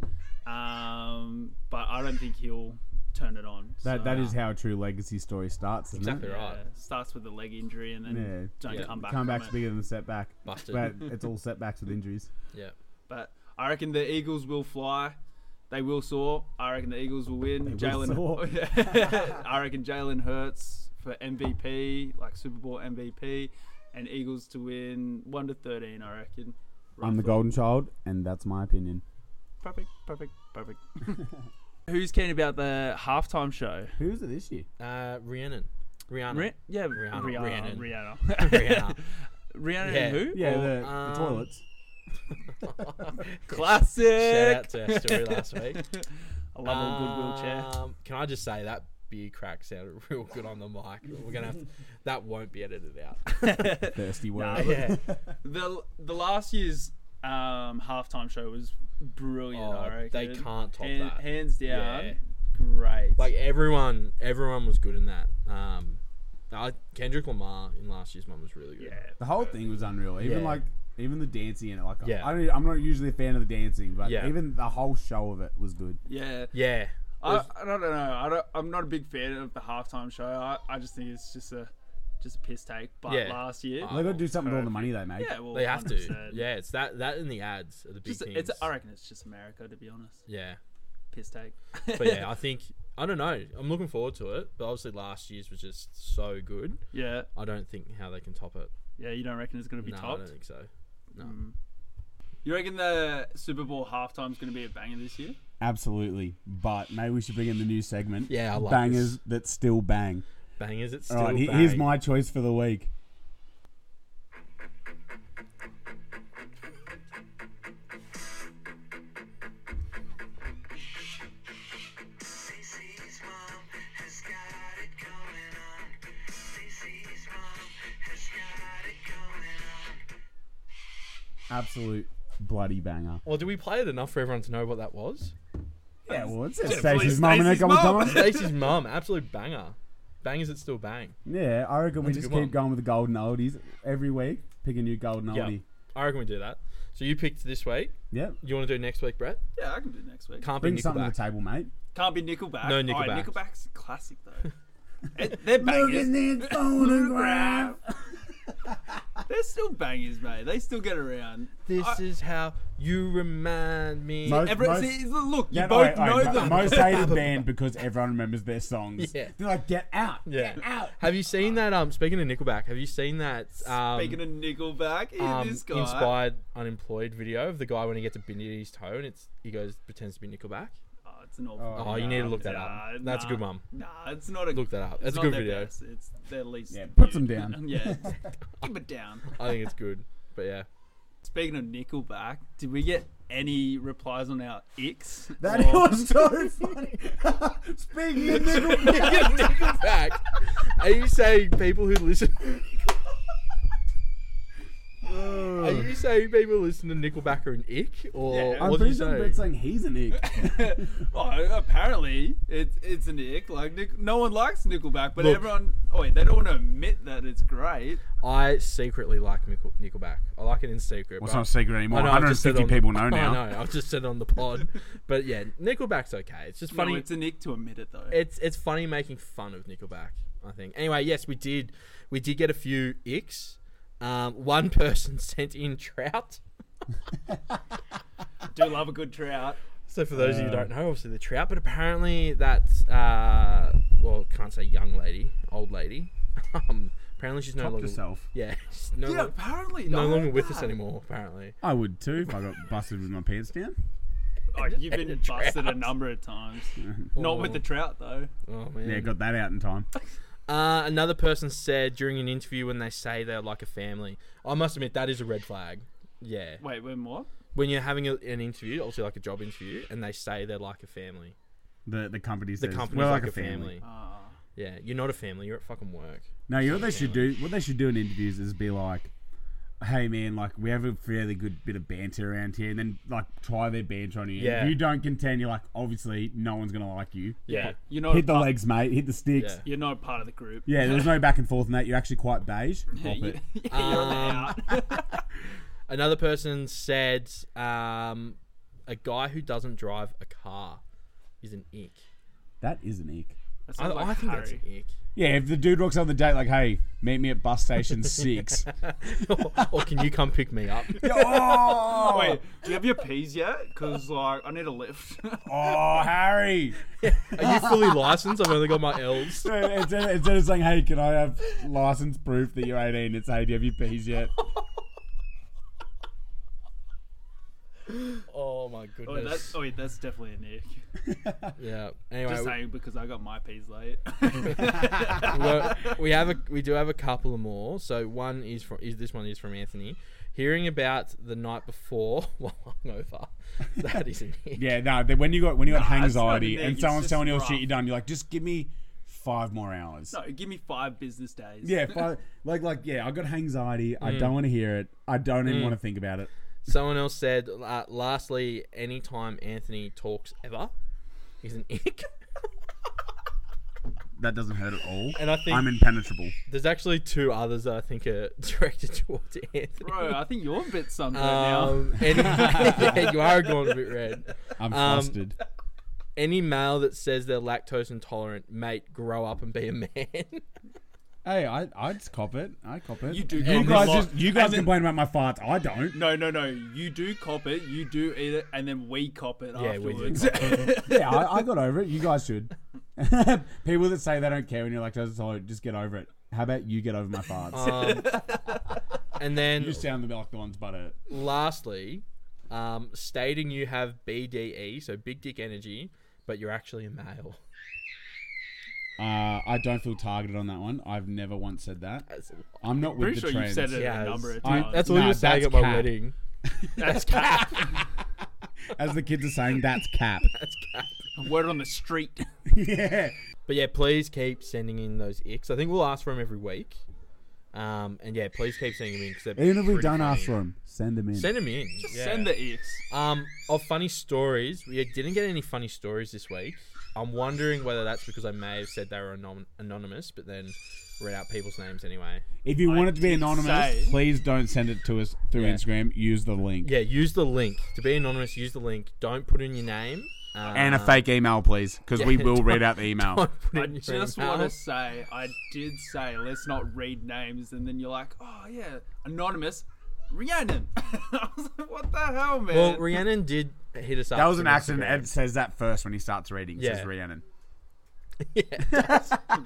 Speaker 3: um, but I don't think he'll turn it on.
Speaker 1: That
Speaker 3: so,
Speaker 1: that is how a true legacy story starts. Isn't
Speaker 2: exactly
Speaker 1: It?
Speaker 3: yeah,
Speaker 2: right.
Speaker 3: starts with a leg injury and then
Speaker 1: Yeah.
Speaker 3: don't
Speaker 2: Yeah.
Speaker 3: come back.
Speaker 1: Comeback's
Speaker 3: from it.
Speaker 1: bigger than the setback,
Speaker 2: Busted.
Speaker 1: but it's all setbacks with injuries.
Speaker 2: Yeah.
Speaker 3: But I reckon the Eagles will fly. They will soar. I reckon the Eagles will win.
Speaker 1: They will
Speaker 3: Jalen.
Speaker 1: soar.
Speaker 3: I reckon Jalen Hurts for MVP, like Super Bowl MVP, and Eagles to win one to thirteen. I reckon.
Speaker 1: I'm the golden child, and that's my opinion.
Speaker 3: Perfect. Perfect. Perfect. Who's keen about the halftime show?
Speaker 1: Who was it this year?
Speaker 2: Uh, Rhiannon. Rihanna.
Speaker 3: Ri- yeah,
Speaker 2: Rihanna.
Speaker 3: Rihanna.
Speaker 2: Rhiannon.
Speaker 3: Rihanna.
Speaker 2: Rihanna.
Speaker 3: Rihanna
Speaker 2: Yeah.
Speaker 3: and who?
Speaker 1: Yeah,
Speaker 2: Or,
Speaker 1: the,
Speaker 2: um,
Speaker 1: the toilets.
Speaker 3: Classic.
Speaker 2: Shout out to Ah. our story last week.
Speaker 3: I love a good wheelchair.
Speaker 2: Um, can I just say that beer crack sounded real good on the mic. We're gonna have to, that won't be edited out.
Speaker 1: Thirsty word.
Speaker 2: yeah,
Speaker 3: The the last year's um, halftime show was brilliant.
Speaker 2: Oh,
Speaker 3: I reckon.
Speaker 2: they can't top
Speaker 3: Han-
Speaker 2: that.
Speaker 3: Hands down,
Speaker 2: Yeah.
Speaker 3: great.
Speaker 2: like everyone, everyone was good in that. Um, I, Kendrick Lamar in last year's one was really good.
Speaker 3: yeah,
Speaker 1: The whole thing was unreal. Even
Speaker 2: Yeah.
Speaker 1: like even the dancing in it. Like
Speaker 2: Yeah.
Speaker 1: I don't, I'm not usually a fan of the dancing, but
Speaker 2: Yeah.
Speaker 1: even the whole show of it was good.
Speaker 3: yeah.
Speaker 2: yeah.
Speaker 3: I, I don't know. I don't, I'm not a big fan of the halftime show. I, I just think it's just a just a piss take. But
Speaker 2: Yeah.
Speaker 3: last year,
Speaker 2: Oh,
Speaker 1: They got to do something with all the money they make.
Speaker 3: yeah, well,
Speaker 2: They have to.
Speaker 3: 100%.
Speaker 2: Yeah, it's that that in the ads are the big
Speaker 3: Just,
Speaker 2: things.
Speaker 3: it's, I reckon it's just America, to be honest.
Speaker 2: yeah,
Speaker 3: Piss take.
Speaker 2: but yeah, I think I don't know. I'm looking forward to it, but obviously last year's was just so good.
Speaker 3: yeah,
Speaker 2: I don't think how they can top it.
Speaker 3: yeah. You don't reckon it's going to be
Speaker 2: no, I
Speaker 3: topped?
Speaker 2: don't think so.
Speaker 3: You reckon the Super Bowl halftime is going to be a banger this year?
Speaker 1: Absolutely. But maybe we should bring in the new segment.
Speaker 2: Yeah, I like
Speaker 1: bangers
Speaker 2: this.
Speaker 1: that still bang.
Speaker 2: Bangers, it's still
Speaker 1: All right, he-
Speaker 2: bang.
Speaker 1: here's my choice for the week.
Speaker 7: Stacey's mom has got it going on. Stacey's mom has got it going on.
Speaker 1: Absolute bloody banger.
Speaker 2: Well, do we play it enough for everyone to know what that was?
Speaker 1: Yeah, well, it's just
Speaker 3: please,
Speaker 1: Stacey's mum and a
Speaker 3: Stacey's
Speaker 1: couple
Speaker 3: mum.
Speaker 1: times.
Speaker 2: Stacey's mum, absolute banger. Bangers, it's still bang.
Speaker 1: Yeah, I reckon we
Speaker 2: a
Speaker 1: just
Speaker 2: good
Speaker 1: keep
Speaker 2: one.
Speaker 1: going with the golden oldies every week. Pick a new golden
Speaker 2: Yeah,
Speaker 1: oldie.
Speaker 2: I reckon we do that. So you picked this week.
Speaker 1: Yep.
Speaker 2: You want to do next week, Brett?
Speaker 3: Yeah, I can do next week.
Speaker 2: Can't be
Speaker 1: Bring something to
Speaker 2: Nickelback.
Speaker 1: the table, mate.
Speaker 3: Can't be Nickelback.
Speaker 2: No
Speaker 3: Oh,
Speaker 2: Nickelback.
Speaker 3: Nickelback's a classic though. It- they're bangers.
Speaker 1: phonograph.
Speaker 3: They're still bangers, mate. They still get around.
Speaker 2: This
Speaker 3: I-
Speaker 2: is how you remind me.
Speaker 1: Most-
Speaker 3: Every,
Speaker 1: most-
Speaker 3: see, look, you
Speaker 1: Yeah, alright,
Speaker 3: both know
Speaker 1: alright,
Speaker 3: them.
Speaker 1: Most hated band because everyone remembers their songs.
Speaker 2: Yeah.
Speaker 1: They're like, get out.
Speaker 2: Yeah.
Speaker 1: Get out.
Speaker 2: Have you seen that? Um, speaking of Nickelback, have you seen that? Um,
Speaker 3: Speaking of Nickelback, here's
Speaker 2: um,
Speaker 3: this guy.
Speaker 2: inspired unemployed video of the guy when he gets a bit near his toe and it's he goes pretends to be Nickelback.
Speaker 3: Oh, it's an awful.
Speaker 2: Oh, you need to look that up.
Speaker 3: Nah,
Speaker 2: That's a good
Speaker 3: nah.
Speaker 2: one.
Speaker 3: Nah, it's not a.
Speaker 2: Look that up.
Speaker 3: It's
Speaker 2: That's a
Speaker 3: not
Speaker 2: good
Speaker 3: their
Speaker 2: video.
Speaker 3: best. It's their least.
Speaker 1: Yeah, put
Speaker 3: viewed.
Speaker 1: them down.
Speaker 3: yeah, keep it down.
Speaker 2: I think it's good. But yeah,
Speaker 3: Speaking of Nickelback, did we get any replies on our X?
Speaker 1: That
Speaker 3: Or-
Speaker 1: was so funny. Speaking of Nickelback.
Speaker 2: Nickelback. Are you saying people who listen?
Speaker 1: Oh.
Speaker 2: Are you saying people who listen to Nickelback are an ick, or
Speaker 3: Yeah,
Speaker 1: I'm
Speaker 2: what did
Speaker 1: pretty
Speaker 2: you
Speaker 1: sure
Speaker 2: say?
Speaker 1: Brett's saying he's an ick.
Speaker 3: Oh, apparently it's it's an ick. Like Nick, no one likes Nickelback, but
Speaker 2: Look.
Speaker 3: everyone. Oh wait, they don't want to admit that it's great.
Speaker 2: I secretly like Nickel- Nickelback. I like it in secret. but-
Speaker 1: secret anymore.
Speaker 2: I know, I've just said on- I know. I've just said it on the pod, but yeah, Nickelback's okay. It's just funny.
Speaker 3: No, it's an ick to admit it though.
Speaker 2: it's it's funny making fun of Nickelback. I think. Anyway, yes, we did. We did get a few icks. Um, one person sent in trout.
Speaker 3: do love a good trout.
Speaker 2: So for those of you who don't know, obviously the trout, but apparently that uh, well, can't say young lady, old lady. Um, apparently she's no
Speaker 1: Topped
Speaker 2: longer
Speaker 1: herself.
Speaker 2: Yeah, she's no,
Speaker 3: Yeah,
Speaker 2: lo-
Speaker 3: apparently
Speaker 2: no
Speaker 3: I
Speaker 2: longer
Speaker 3: heard
Speaker 2: with us
Speaker 3: that.
Speaker 2: anymore. Apparently,
Speaker 1: I would too if I got busted with my pants down.
Speaker 3: Oh, you've
Speaker 2: And a
Speaker 3: been busted a
Speaker 2: trout.
Speaker 3: number of times. Not with the trout though.
Speaker 2: oh man.
Speaker 1: Yeah, got that out in time.
Speaker 2: Uh, another person said during an interview when they say they're like a family. I must admit that is a red flag. Yeah,
Speaker 3: Wait, when what?
Speaker 2: when you're having a, an interview, obviously like a job interview, and they say they're like a family.
Speaker 1: The the company
Speaker 2: The
Speaker 1: says
Speaker 2: company's
Speaker 1: we're
Speaker 2: like, a family.
Speaker 3: Ah.
Speaker 2: Yeah, you're not a family. You're at fucking work.
Speaker 1: No, you know what they should do? What they should do in interviews is be like, "Hey man, like we have a fairly good bit of banter around here," and then like try their banter on you.
Speaker 2: Yeah.
Speaker 1: If you don't contend, you're like, obviously no one's gonna like you.
Speaker 2: Yeah,
Speaker 3: You're not.
Speaker 1: Hit the
Speaker 3: part-
Speaker 1: legs, mate. Hit the sticks.
Speaker 2: yeah.
Speaker 3: You're not part of the group.
Speaker 1: Yeah, there was no back and forth in that. You're actually quite beige. Pop
Speaker 3: You're
Speaker 1: it.
Speaker 3: out.
Speaker 2: Another person said um, a guy who doesn't drive a car is an ick.
Speaker 1: That is an ick.
Speaker 3: That
Speaker 2: I,
Speaker 3: sounds like
Speaker 2: I think
Speaker 3: Harry.
Speaker 2: that's an ick.
Speaker 1: Yeah, if the dude rocks on the date like, "Hey, meet me at bus station 6.
Speaker 2: or, can you come pick me up?
Speaker 1: oh,
Speaker 3: Wait, do you have your peas yet? Because like I need a lift.
Speaker 1: oh, Harry.
Speaker 2: Are you fully licensed? I've only got my L's.
Speaker 1: instead, of- instead of saying, "Hey, can I have license proof that you're 18?" It's, "Hey, do you have your P's yet?"
Speaker 2: Oh my
Speaker 3: oh, wait, that's,
Speaker 2: goodness.
Speaker 3: oh wait, that's definitely a nick.
Speaker 2: yeah. Anyway,
Speaker 3: Just
Speaker 2: we-
Speaker 3: saying because I got my peas late.
Speaker 2: Well, we have a we do have a couple of more. So one is from is this one is from Anthony. Hearing about the night before while hungover, that is an ick.
Speaker 1: Yeah, no. Then when you got when you got
Speaker 3: Nah, it's not
Speaker 1: anxiety
Speaker 3: an ick,
Speaker 1: and
Speaker 3: it's
Speaker 1: someone's
Speaker 3: just
Speaker 1: telling you all
Speaker 3: rough.
Speaker 1: shit you're done, you're like, "Just give me five more hours.
Speaker 3: No, give me five business days.
Speaker 1: Yeah, five, like like yeah, I got anxiety. I
Speaker 3: Mm.
Speaker 1: don't want to hear it. I don't even want to think about it.
Speaker 2: Someone else said, uh, lastly, anytime Anthony talks ever, he's an ick.
Speaker 1: That doesn't hurt at all.
Speaker 2: And I think-
Speaker 1: I'm impenetrable.
Speaker 2: There's actually two others that I think are directed towards Anthony.
Speaker 3: Bro, I think you're a bit sunburned now.
Speaker 2: Um, any, yeah, you are going a bit red.
Speaker 1: I'm
Speaker 2: Um,
Speaker 1: flustered.
Speaker 2: Any male that says they're lactose intolerant, mate, grow up and be a man.
Speaker 1: Hey, I I'd cop it. I cop it.
Speaker 3: You do
Speaker 1: You
Speaker 3: cop
Speaker 1: guys
Speaker 3: it.
Speaker 1: just you guys
Speaker 3: And then-
Speaker 1: complain about my farts. I don't.
Speaker 3: No, no, no. You do cop it. You do eat it, and then we cop it
Speaker 2: yeah, we do.
Speaker 3: afterwards.
Speaker 1: Yeah, I, I got over it. You guys should. People that say they don't care when you're lactose intolerant, just get over it. How about you get over my farts?
Speaker 3: Oh.
Speaker 2: Um, and then
Speaker 1: you sound like the ones but it.
Speaker 2: lastly, um, stating you have BDE, so big dick energy, but you're actually a male.
Speaker 1: Uh, I don't feel targeted on that one. I've never once said that.
Speaker 2: That's a lot.
Speaker 1: I'm not with the
Speaker 3: Pretty sure
Speaker 1: trends.
Speaker 3: you've said it
Speaker 2: Yeah,
Speaker 3: a number of
Speaker 1: I-
Speaker 3: times.
Speaker 2: That's all
Speaker 1: Nah,
Speaker 2: you were saying
Speaker 1: that's
Speaker 2: at my
Speaker 1: cap.
Speaker 2: wedding.
Speaker 3: That's cap.
Speaker 1: As the kids are saying, that's cap.
Speaker 2: That's cap.
Speaker 3: Word on the street.
Speaker 1: yeah.
Speaker 2: But yeah, please keep sending in those icks. I think we'll ask for them every week. Um, and yeah, please keep sending them in. 'cause they're
Speaker 1: Even if we
Speaker 2: pretty
Speaker 1: don't
Speaker 2: funny.
Speaker 1: ask for them, send them in.
Speaker 2: Send them in. yeah.
Speaker 3: Send the ifs.
Speaker 2: Um, of funny stories, we didn't get any funny stories this week. I'm wondering whether that's because I may have said they were anon- anonymous, but then read out people's names anyway.
Speaker 1: if you want it to be
Speaker 3: did
Speaker 1: anonymous,
Speaker 3: say-
Speaker 1: please don't send it to us through
Speaker 2: Yeah.
Speaker 1: Instagram. Use the link.
Speaker 2: Yeah, use the link to be anonymous. Use the link. Don't put in your name. Um,
Speaker 1: And a fake email, please, because we
Speaker 2: yeah,
Speaker 1: will
Speaker 2: don't-
Speaker 1: read out the email.
Speaker 2: Don't put
Speaker 3: I
Speaker 2: in your
Speaker 3: just
Speaker 2: email.
Speaker 3: want to say, I did say, let's not read names, and then you're like, oh yeah, anonymous, Rhiannon. I was like, what the hell, man?
Speaker 2: Well, Rhiannon did hit us up.
Speaker 1: That was
Speaker 2: on
Speaker 1: an accident.
Speaker 2: Instagram.
Speaker 1: Ed says that first when he starts reading.
Speaker 2: Yeah.
Speaker 1: Says Rhiannon.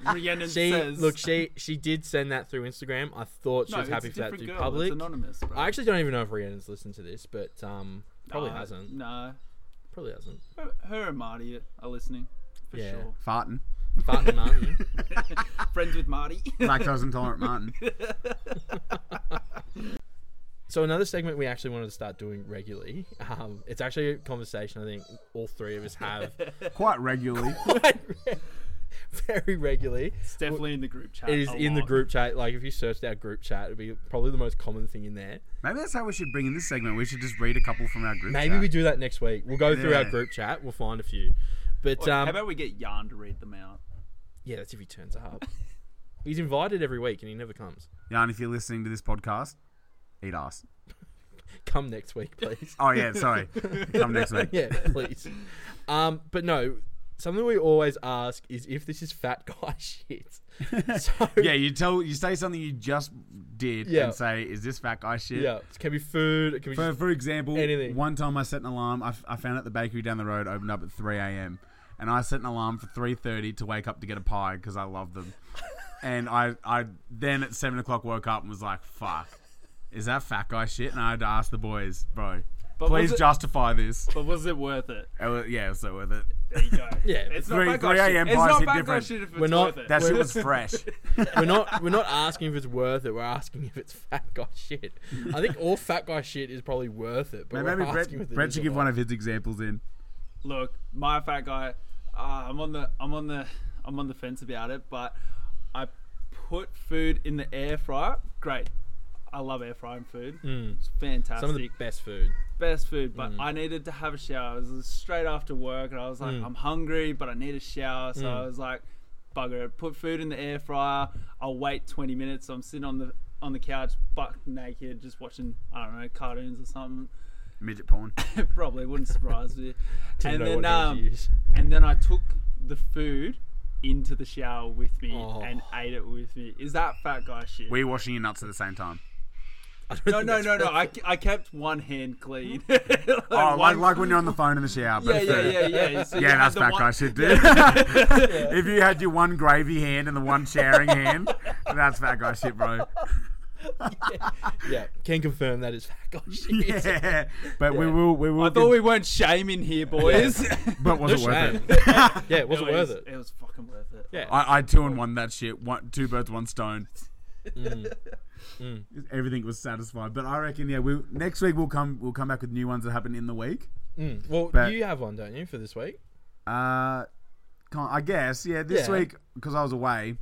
Speaker 3: Rhiannon
Speaker 2: She
Speaker 3: says,
Speaker 2: look, she she did send that through Instagram. I thought she
Speaker 3: no,
Speaker 2: was happy
Speaker 3: it's
Speaker 2: for
Speaker 3: a
Speaker 2: that to
Speaker 3: different
Speaker 2: be
Speaker 3: girl.
Speaker 2: public.
Speaker 3: It's anonymous. Bro. Uh,
Speaker 2: I actually don't even know if Rhiannon's listened to this, but um, probably
Speaker 3: Nah,
Speaker 2: hasn't.
Speaker 3: No,
Speaker 2: Probably hasn't.
Speaker 3: her, her and Marty are listening for
Speaker 2: Yeah.
Speaker 3: sure.
Speaker 1: Farting.
Speaker 2: Barton Martin.
Speaker 3: Friends with Marty.
Speaker 1: Lactose intolerant Martin.
Speaker 2: So another segment we actually wanted to start doing regularly. Um, it's actually a conversation I think all three of us have
Speaker 1: Quite regularly.
Speaker 2: very regularly.
Speaker 3: it's definitely in the group chat.
Speaker 2: It is
Speaker 3: a
Speaker 2: in the
Speaker 3: lot.
Speaker 2: group chat. Like if you searched our group chat, it'd be probably the most common thing in there.
Speaker 1: Maybe that's how we should bring in this segment. We should just read a couple from our group.
Speaker 2: Maybe we do that next week. We'll go through our
Speaker 1: Yeah.
Speaker 2: group chat. We'll find a few. But
Speaker 3: How
Speaker 2: um,
Speaker 3: about we get Yarn to read them out?
Speaker 2: yeah, that's if he turns up. He's invited every week and he never comes.
Speaker 1: Jan, if you're listening to this podcast, eat ass.
Speaker 2: Come next week, please.
Speaker 1: Oh yeah, sorry. Come next week.
Speaker 2: yeah, please. Um, but no, something we always ask is if this is fat guy shit. So
Speaker 1: Yeah, you tell you say something you just did
Speaker 2: Yeah.
Speaker 1: and say, "Is this fat guy shit?"
Speaker 2: Yeah, it can be food. It can be
Speaker 1: For,
Speaker 2: just,
Speaker 1: for example,
Speaker 2: Anything.
Speaker 1: one time I set an alarm. I, f- I found out the bakery down the road opened up at 3 a.m. and I set an alarm for 3:30 to wake up to get a pie because I love them. and I I then at seven o'clock woke up and was like, "Fuck, is that fat guy shit?" And I had to ask the boys, "Bro,
Speaker 3: But
Speaker 1: please
Speaker 3: was it,
Speaker 1: justify this."
Speaker 3: but was it worth it?
Speaker 1: It was- yeah, it was so worth it.
Speaker 3: There you go.
Speaker 2: Yeah,
Speaker 3: it's
Speaker 1: three-
Speaker 3: not
Speaker 1: three
Speaker 3: bad
Speaker 1: AM
Speaker 3: shit. It's
Speaker 1: pies
Speaker 3: not
Speaker 1: hit
Speaker 3: bad guy
Speaker 1: different.
Speaker 3: shit if it's
Speaker 2: We're not-
Speaker 3: worth it.
Speaker 1: That shit was fresh.
Speaker 2: we're not we're not asking if it's worth it. We're asking if it's fat guy shit. I think all fat guy shit is probably worth it. But
Speaker 1: Maybe
Speaker 2: we're asking
Speaker 1: Brett,
Speaker 2: if it
Speaker 1: Brett
Speaker 2: is
Speaker 1: should
Speaker 2: or
Speaker 1: give
Speaker 2: not.
Speaker 1: one of his examples in.
Speaker 3: look, my fat guy. Uh, I'm on the I'm on the I'm on the fence about it, but I put food in the air fryer. Great. I love air frying food. It's fantastic.
Speaker 2: Mm. some of the best food.
Speaker 3: best food,
Speaker 2: Mm.
Speaker 3: but I needed to have a shower. It was straight after work, and I was
Speaker 2: Mm.
Speaker 3: like, I'm hungry, but I need a shower. So I was like, bugger it. Put food in the air fryer. I'll wait 20 minutes. So I'm sitting on the on the couch, buck naked, just watching I don't know cartoons or something.
Speaker 1: Midget porn.
Speaker 3: Probably wouldn't surprise me.
Speaker 2: Didn't
Speaker 3: and
Speaker 2: know
Speaker 3: then
Speaker 2: what else to
Speaker 3: um,
Speaker 2: use.
Speaker 3: and then I took the food into the shower with me
Speaker 2: Oh.
Speaker 3: and ate it with me. Is that fat guy shit?
Speaker 1: Were you washing your nuts at the same time?
Speaker 2: I don't
Speaker 3: no,
Speaker 2: think
Speaker 3: no,
Speaker 2: that's
Speaker 3: no, no.
Speaker 2: worth
Speaker 3: I,
Speaker 2: it.
Speaker 3: I kept one hand clean. Like
Speaker 1: Oh, like,
Speaker 3: one-
Speaker 1: like when you're on the phone in the shower.
Speaker 3: yeah,
Speaker 1: But
Speaker 3: yeah, yeah, yeah. So you
Speaker 1: Yeah,
Speaker 3: had
Speaker 1: that's
Speaker 3: the
Speaker 1: back
Speaker 3: one-
Speaker 1: guy shit, dude. if you had your one gravy hand and the one showering hand, that's fat guy shit, bro.
Speaker 2: yeah, can confirm that is fat guy shit.
Speaker 1: Yeah, but we will. We will.
Speaker 3: I thought we weren't shaming here, boys.
Speaker 1: but was it worth
Speaker 2: Shame.
Speaker 1: it?
Speaker 2: yeah, it wasn't worth
Speaker 3: was,
Speaker 2: it.
Speaker 3: It was fucking worth it.
Speaker 2: Yeah.
Speaker 1: I, I two and one that shit. One, two birds, one stone.
Speaker 3: Mm.
Speaker 1: Mm. Everything was satisfied, but I reckon yeah. We next week we'll come. We'll come back with new ones that happened in the week.
Speaker 2: Well,
Speaker 1: But-
Speaker 2: you have one, don't you, for this week?
Speaker 1: Uh, Con- I guess yeah. This
Speaker 2: Yeah.
Speaker 1: week because I was away,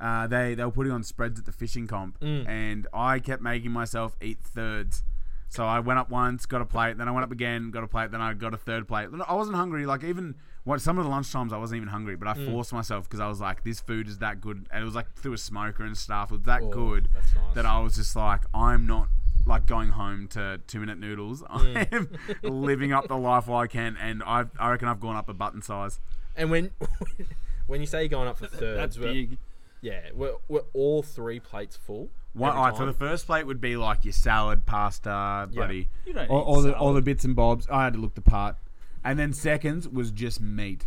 Speaker 1: uh, they they were putting on spreads at the fishing comp, and I kept making myself eat thirds. So I went up once, got a plate, then I went up again, got a plate, then I got a third plate. I wasn't hungry. Like even what some of the lunch times I wasn't even hungry, but I
Speaker 2: Mm.
Speaker 1: forced myself because I was like, this food is that good, and it was like through a smoker and stuff. It was that
Speaker 2: Oh,
Speaker 1: good
Speaker 2: that's nice.
Speaker 1: that I was just like, I'm not like going home to two minute noodles.
Speaker 2: Mm.
Speaker 1: I am living up the life while I can, and I I reckon I've gone up a button size.
Speaker 2: And when when you say you're going up for thirds,
Speaker 3: That's
Speaker 2: we're-
Speaker 3: big.
Speaker 2: Yeah, we're, we're all three plates full.
Speaker 1: One,
Speaker 2: every
Speaker 1: all right, so
Speaker 2: time.
Speaker 1: the first plate would be like your salad, pasta, buddy,
Speaker 3: You don't
Speaker 1: all,
Speaker 3: eat
Speaker 1: all the all the
Speaker 3: salad.
Speaker 1: bits and bobs. I had to look the part, and then seconds was just meat,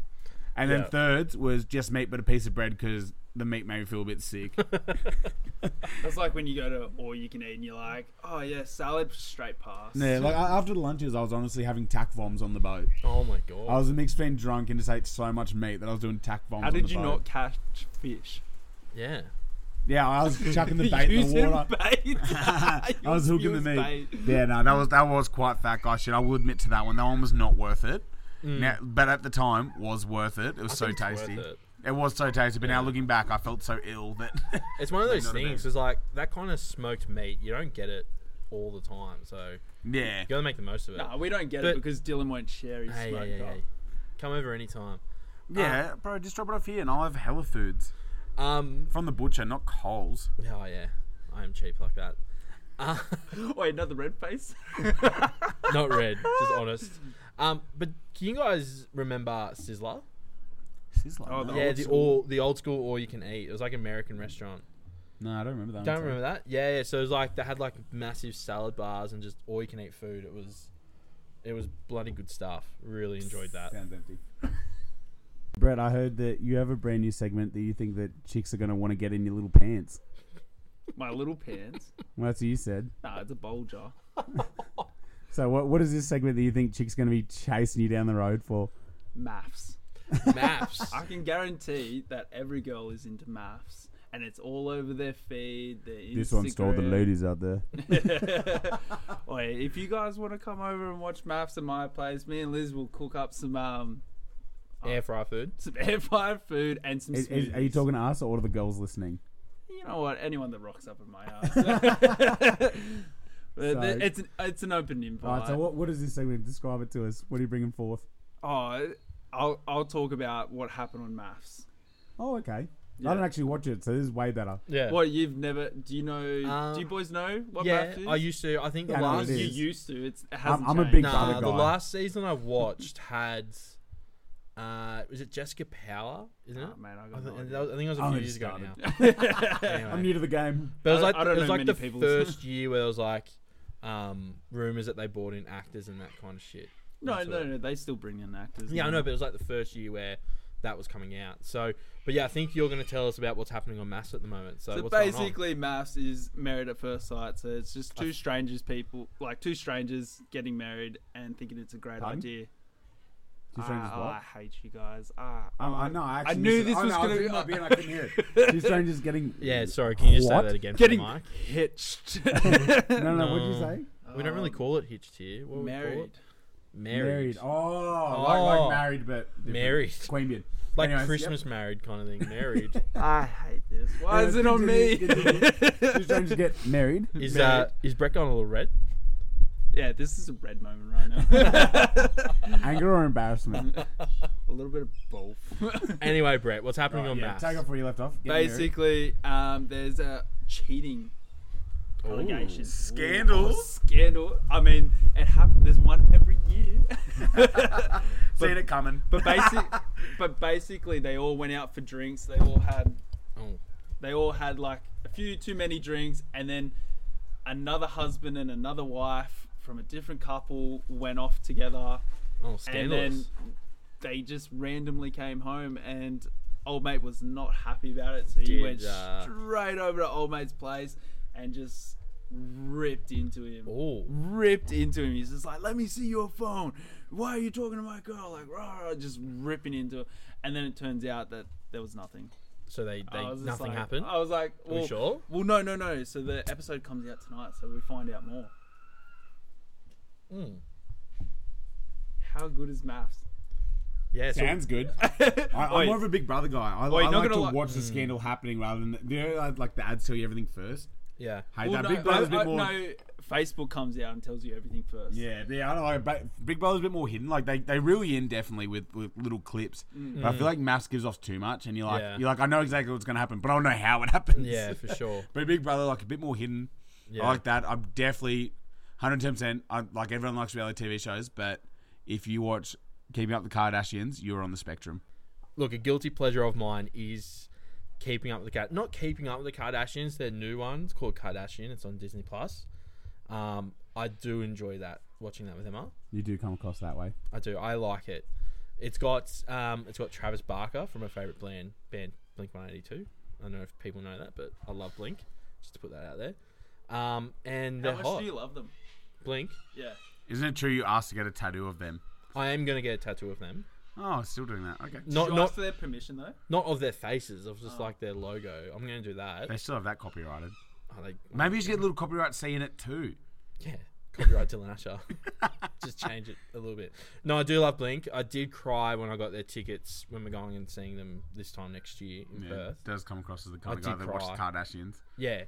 Speaker 1: and then
Speaker 2: Yeah.
Speaker 1: thirds was just meat but a piece of bread because the meat made me feel a bit sick.
Speaker 3: That's like when you go to all you can eat and you're like, oh yeah, salad straight past.
Speaker 1: yeah, like I- after the lunches, I was honestly having tack voms on the boat.
Speaker 2: oh my
Speaker 1: I
Speaker 2: god,
Speaker 1: was a mixed between drunk and just ate so much meat that I was doing tack voms.
Speaker 3: How
Speaker 1: on
Speaker 3: did
Speaker 1: the
Speaker 3: you
Speaker 1: boat.
Speaker 3: not catch fish?
Speaker 2: yeah.
Speaker 1: Yeah, I was chucking the bait in the water.
Speaker 3: bait.
Speaker 1: I was hooking the
Speaker 3: used
Speaker 1: meat.
Speaker 3: bait.
Speaker 1: Yeah, no, that was that was quite fat guy shit. I will admit to that one. That one was not worth it. Now, but at the time, was worth it. It was so
Speaker 2: Mm. think it's worth
Speaker 1: tasty.
Speaker 2: it.
Speaker 1: It was so tasty. But now looking back, I felt so ill that
Speaker 2: It's one of those
Speaker 1: not a
Speaker 2: things.
Speaker 1: bad-
Speaker 2: Is like that kind of smoked meat. You don't get it all the time, so you
Speaker 1: yeah.
Speaker 2: gotta make the most of it.
Speaker 3: Nah, we don't get
Speaker 2: But-
Speaker 3: it because Dylan won't share his
Speaker 2: hey,
Speaker 3: smoke.
Speaker 2: hey, hey, hey. come over anytime.
Speaker 1: Yeah, bro, just drop it off here and I'll have hella foods.
Speaker 2: Um,
Speaker 1: From the butcher, not Coles.
Speaker 2: oh yeah, I am cheap like that. Uh,
Speaker 3: Wait, another red face?
Speaker 2: not red, just honest. Um, but can you guys remember Sizzler?
Speaker 1: Sizzler.
Speaker 3: Oh,
Speaker 1: no.
Speaker 3: the
Speaker 2: yeah,
Speaker 3: old
Speaker 2: the
Speaker 3: school.
Speaker 2: all the old school all you can eat. It was like an American restaurant.
Speaker 1: No, I don't remember that.
Speaker 2: Don't
Speaker 1: one,
Speaker 2: remember that? Yeah, yeah. So it was like they had like massive salad bars and just all you can eat food. It was, it was bloody good stuff. Really enjoyed that.
Speaker 1: sorry. Sounds empty. Brett, I heard that you have a brand new segment that you think that chicks are going to want to get in your little pants.
Speaker 3: My little pants.
Speaker 1: Well, that's what you said.
Speaker 3: Nah, it's a bulger.
Speaker 1: So, what, what is this segment that you think chicks going to be chasing you down the road for?
Speaker 3: Maths.
Speaker 2: Maps.
Speaker 3: I can guarantee that every girl is into maths. And it's all over their feed, their Instagram.
Speaker 1: This one's to all the ladies out there.
Speaker 3: Wait, if you guys want to come over and watch maths at my place, me and Liz will cook up some um
Speaker 2: Air fry food.
Speaker 3: some air fryer food and some.
Speaker 1: Is, is- are you
Speaker 3: smoothies.
Speaker 1: talking to us or all of the girls listening?
Speaker 3: You know what? Anyone that rocks up in my house.
Speaker 1: So-
Speaker 3: it's an it's an open
Speaker 1: All
Speaker 3: invite.
Speaker 1: right, so what, what is this segment? Describe it to us. What are you bringing forth?
Speaker 3: Oh, I'll I'll talk about what happened on maths.
Speaker 1: Oh, okay.
Speaker 3: Yeah.
Speaker 1: I don't actually watch it, so this is way better.
Speaker 2: Yeah.
Speaker 3: What you've never? Do you know?
Speaker 2: Uh,
Speaker 3: do you boys know what
Speaker 2: yeah.
Speaker 3: maths is?
Speaker 2: I used to. I think the
Speaker 1: Yeah, I know
Speaker 2: last.
Speaker 1: it
Speaker 3: you
Speaker 1: is.
Speaker 3: used to. It's it hasn't
Speaker 1: I'm a
Speaker 3: changed.
Speaker 1: big
Speaker 2: Nah,
Speaker 1: other
Speaker 2: the
Speaker 1: guy.
Speaker 2: last season I watched had. Uh, was it Jessica Power? Isn't it?
Speaker 3: Oh, man, I
Speaker 2: I,
Speaker 3: got
Speaker 2: thi-
Speaker 3: no idea.
Speaker 2: that was- I think it was a
Speaker 1: I
Speaker 2: few
Speaker 1: just
Speaker 2: years ago
Speaker 1: started.
Speaker 2: now. Anyway.
Speaker 1: I'm new to the game.
Speaker 2: But it was
Speaker 3: I-
Speaker 2: like
Speaker 3: I don't
Speaker 2: it was
Speaker 3: know
Speaker 2: like
Speaker 3: many
Speaker 2: the
Speaker 3: people's-
Speaker 2: first year where there was like um, rumors that they brought in actors and that kind of shit.
Speaker 3: No,
Speaker 2: into
Speaker 3: no,
Speaker 2: it.
Speaker 3: no. They still bring in actors.
Speaker 2: Yeah, I
Speaker 3: now.
Speaker 2: know, but it was like the first year where that was coming out. So, but yeah, I think you're going to tell us about what's happening on Mass at the moment. So,
Speaker 3: So
Speaker 2: what's going on?
Speaker 3: basically, maths is married at first sight. So it's just two strangers, people like two strangers getting married and thinking it's a great
Speaker 1: Pardon?
Speaker 3: idea.
Speaker 1: Two strangers
Speaker 3: Ah,
Speaker 1: what?
Speaker 3: I hate you guys. Ah,
Speaker 1: I, I know. I,
Speaker 3: I
Speaker 1: actually
Speaker 3: knew
Speaker 1: missed it.
Speaker 3: this
Speaker 1: Oh,
Speaker 3: was
Speaker 1: no,
Speaker 3: going
Speaker 1: I
Speaker 3: to
Speaker 1: was
Speaker 3: be
Speaker 1: up here and I couldn't hear it. Two strangers getting.
Speaker 2: yeah. Sorry, can you just
Speaker 1: What?
Speaker 2: say that again, for the
Speaker 3: getting
Speaker 2: mic?
Speaker 3: hitched,
Speaker 1: No, no. What did you
Speaker 2: No.
Speaker 1: say?
Speaker 2: We don't really call it hitched here. What We call
Speaker 3: Um, married.
Speaker 2: it? Married.
Speaker 1: Oh, Like,
Speaker 2: Oh.
Speaker 1: like married, but different.
Speaker 2: Married.
Speaker 1: Queanbeyan.
Speaker 2: Like
Speaker 1: Anyways,
Speaker 2: Christmas married kind of thing. Married
Speaker 3: I hate this. Why
Speaker 1: Yeah,
Speaker 3: is it on
Speaker 1: continue,
Speaker 3: me?
Speaker 1: Yep. Two strangers get married.
Speaker 2: is uh is Brett going a little red?
Speaker 3: yeah, this is a red moment right now.
Speaker 1: Anger or embarrassment?
Speaker 3: a little bit of both.
Speaker 2: Anyway, Brett, what's happening on
Speaker 1: yeah,
Speaker 2: Mass?
Speaker 1: take off where you left off. Get married.
Speaker 3: Basically, um, there's a cheating
Speaker 2: Ooh.
Speaker 3: allegation.
Speaker 1: Scandal.
Speaker 3: Oh, scandal. I mean, it happens. There's one every year.
Speaker 1: Seen it coming.
Speaker 3: but basic, but basically, they all went out for drinks. They all had,
Speaker 2: Oh.
Speaker 3: they all had like a few too many drinks, and then another husband and another wife from a different couple went off together,
Speaker 2: Oh,
Speaker 3: and
Speaker 2: scandalous.
Speaker 3: then they just randomly came home and. Old mate was not happy about it, so he
Speaker 2: Did,
Speaker 3: went
Speaker 2: uh,
Speaker 3: straight over to old mate's place and just ripped into him
Speaker 2: oh,
Speaker 3: ripped into him. He's just like, "Let me see your phone. Why are you talking to my girl?" Like, rah, rah, just ripping into it. And then it turns out that there was nothing.
Speaker 2: so they, they
Speaker 3: I was just
Speaker 2: nothing
Speaker 3: like- oh,
Speaker 2: happened.
Speaker 3: I was like,
Speaker 2: Are
Speaker 3: well,
Speaker 2: we sure?
Speaker 3: well, no, no, no. So the episode comes out tonight, so we find out more.
Speaker 2: Mm. Hmm.
Speaker 3: How good is maths?
Speaker 2: Yeah, so
Speaker 1: Sounds good. I, I'm
Speaker 8: Oi.
Speaker 1: more of a Big Brother guy. I,
Speaker 8: Oi,
Speaker 1: I
Speaker 8: not gonna
Speaker 1: like to
Speaker 8: li-
Speaker 1: watch the scandal happening rather than you know, I'd like the ads tell you everything first.
Speaker 2: yeah.
Speaker 1: Hey,
Speaker 8: Well,
Speaker 1: that
Speaker 8: no,
Speaker 1: Big Brother's a
Speaker 8: I- I-
Speaker 1: bit more.
Speaker 8: no, Facebook comes out and tells you everything first.
Speaker 1: Yeah, yeah, I don't know. But Big Brother's a bit more hidden. Like they, they reel you in definitely with, with little clips.
Speaker 8: Mm.
Speaker 1: But I feel like Mass gives off too much, and you're like
Speaker 2: Yeah.
Speaker 1: you're like I know exactly what's gonna happen, but I don't know how it happens.
Speaker 2: Yeah, for sure.
Speaker 1: But Big Brother like a bit more hidden.
Speaker 2: Yeah.
Speaker 1: I like that. I'm definitely 110. percent I like everyone likes reality TV shows, but if you watch Keeping Up with the Kardashians, you're on the spectrum.
Speaker 2: Look, a guilty pleasure of mine is keeping up with the cat. Not keeping up with the Kardashians. Their new one. It's called Kardashian. It's on Disney Plus. Um, I do enjoy that watching that with Emma.
Speaker 1: You do come across that way.
Speaker 2: I do. I like it. It's got um, it's got Travis Barker from my favorite band, band Blink One Eighty Two. I don't know if people know that, but I love Blink. Just to put that out there. Um, and
Speaker 8: How
Speaker 2: they're
Speaker 8: much
Speaker 2: hot.
Speaker 8: do you love them?
Speaker 2: Blink.
Speaker 8: Yeah.
Speaker 1: Isn't it true you asked to get a tattoo of them?
Speaker 2: I am gonna get a tattoo of them.
Speaker 1: Oh, still doing that. Okay.
Speaker 2: Not
Speaker 8: Do you
Speaker 2: not
Speaker 8: ask for their permission though?
Speaker 2: not of their faces. Of
Speaker 8: Oh.
Speaker 2: just like their logo. I'm gonna do that.
Speaker 1: They still have that copyrighted.
Speaker 2: Oh, they-
Speaker 1: Maybe you should get a little copyright C in it too.
Speaker 2: Yeah. Copyright Dylan Asher. Just change it a little bit. No, I do love Blink. I did cry when I got their tickets when we're going and seeing them this time next year in
Speaker 1: Yeah,
Speaker 2: Perth.
Speaker 1: does come across as the
Speaker 2: I
Speaker 1: kind of
Speaker 2: did
Speaker 1: guy that watches the
Speaker 2: cry.
Speaker 1: Kardashians.
Speaker 2: Yeah,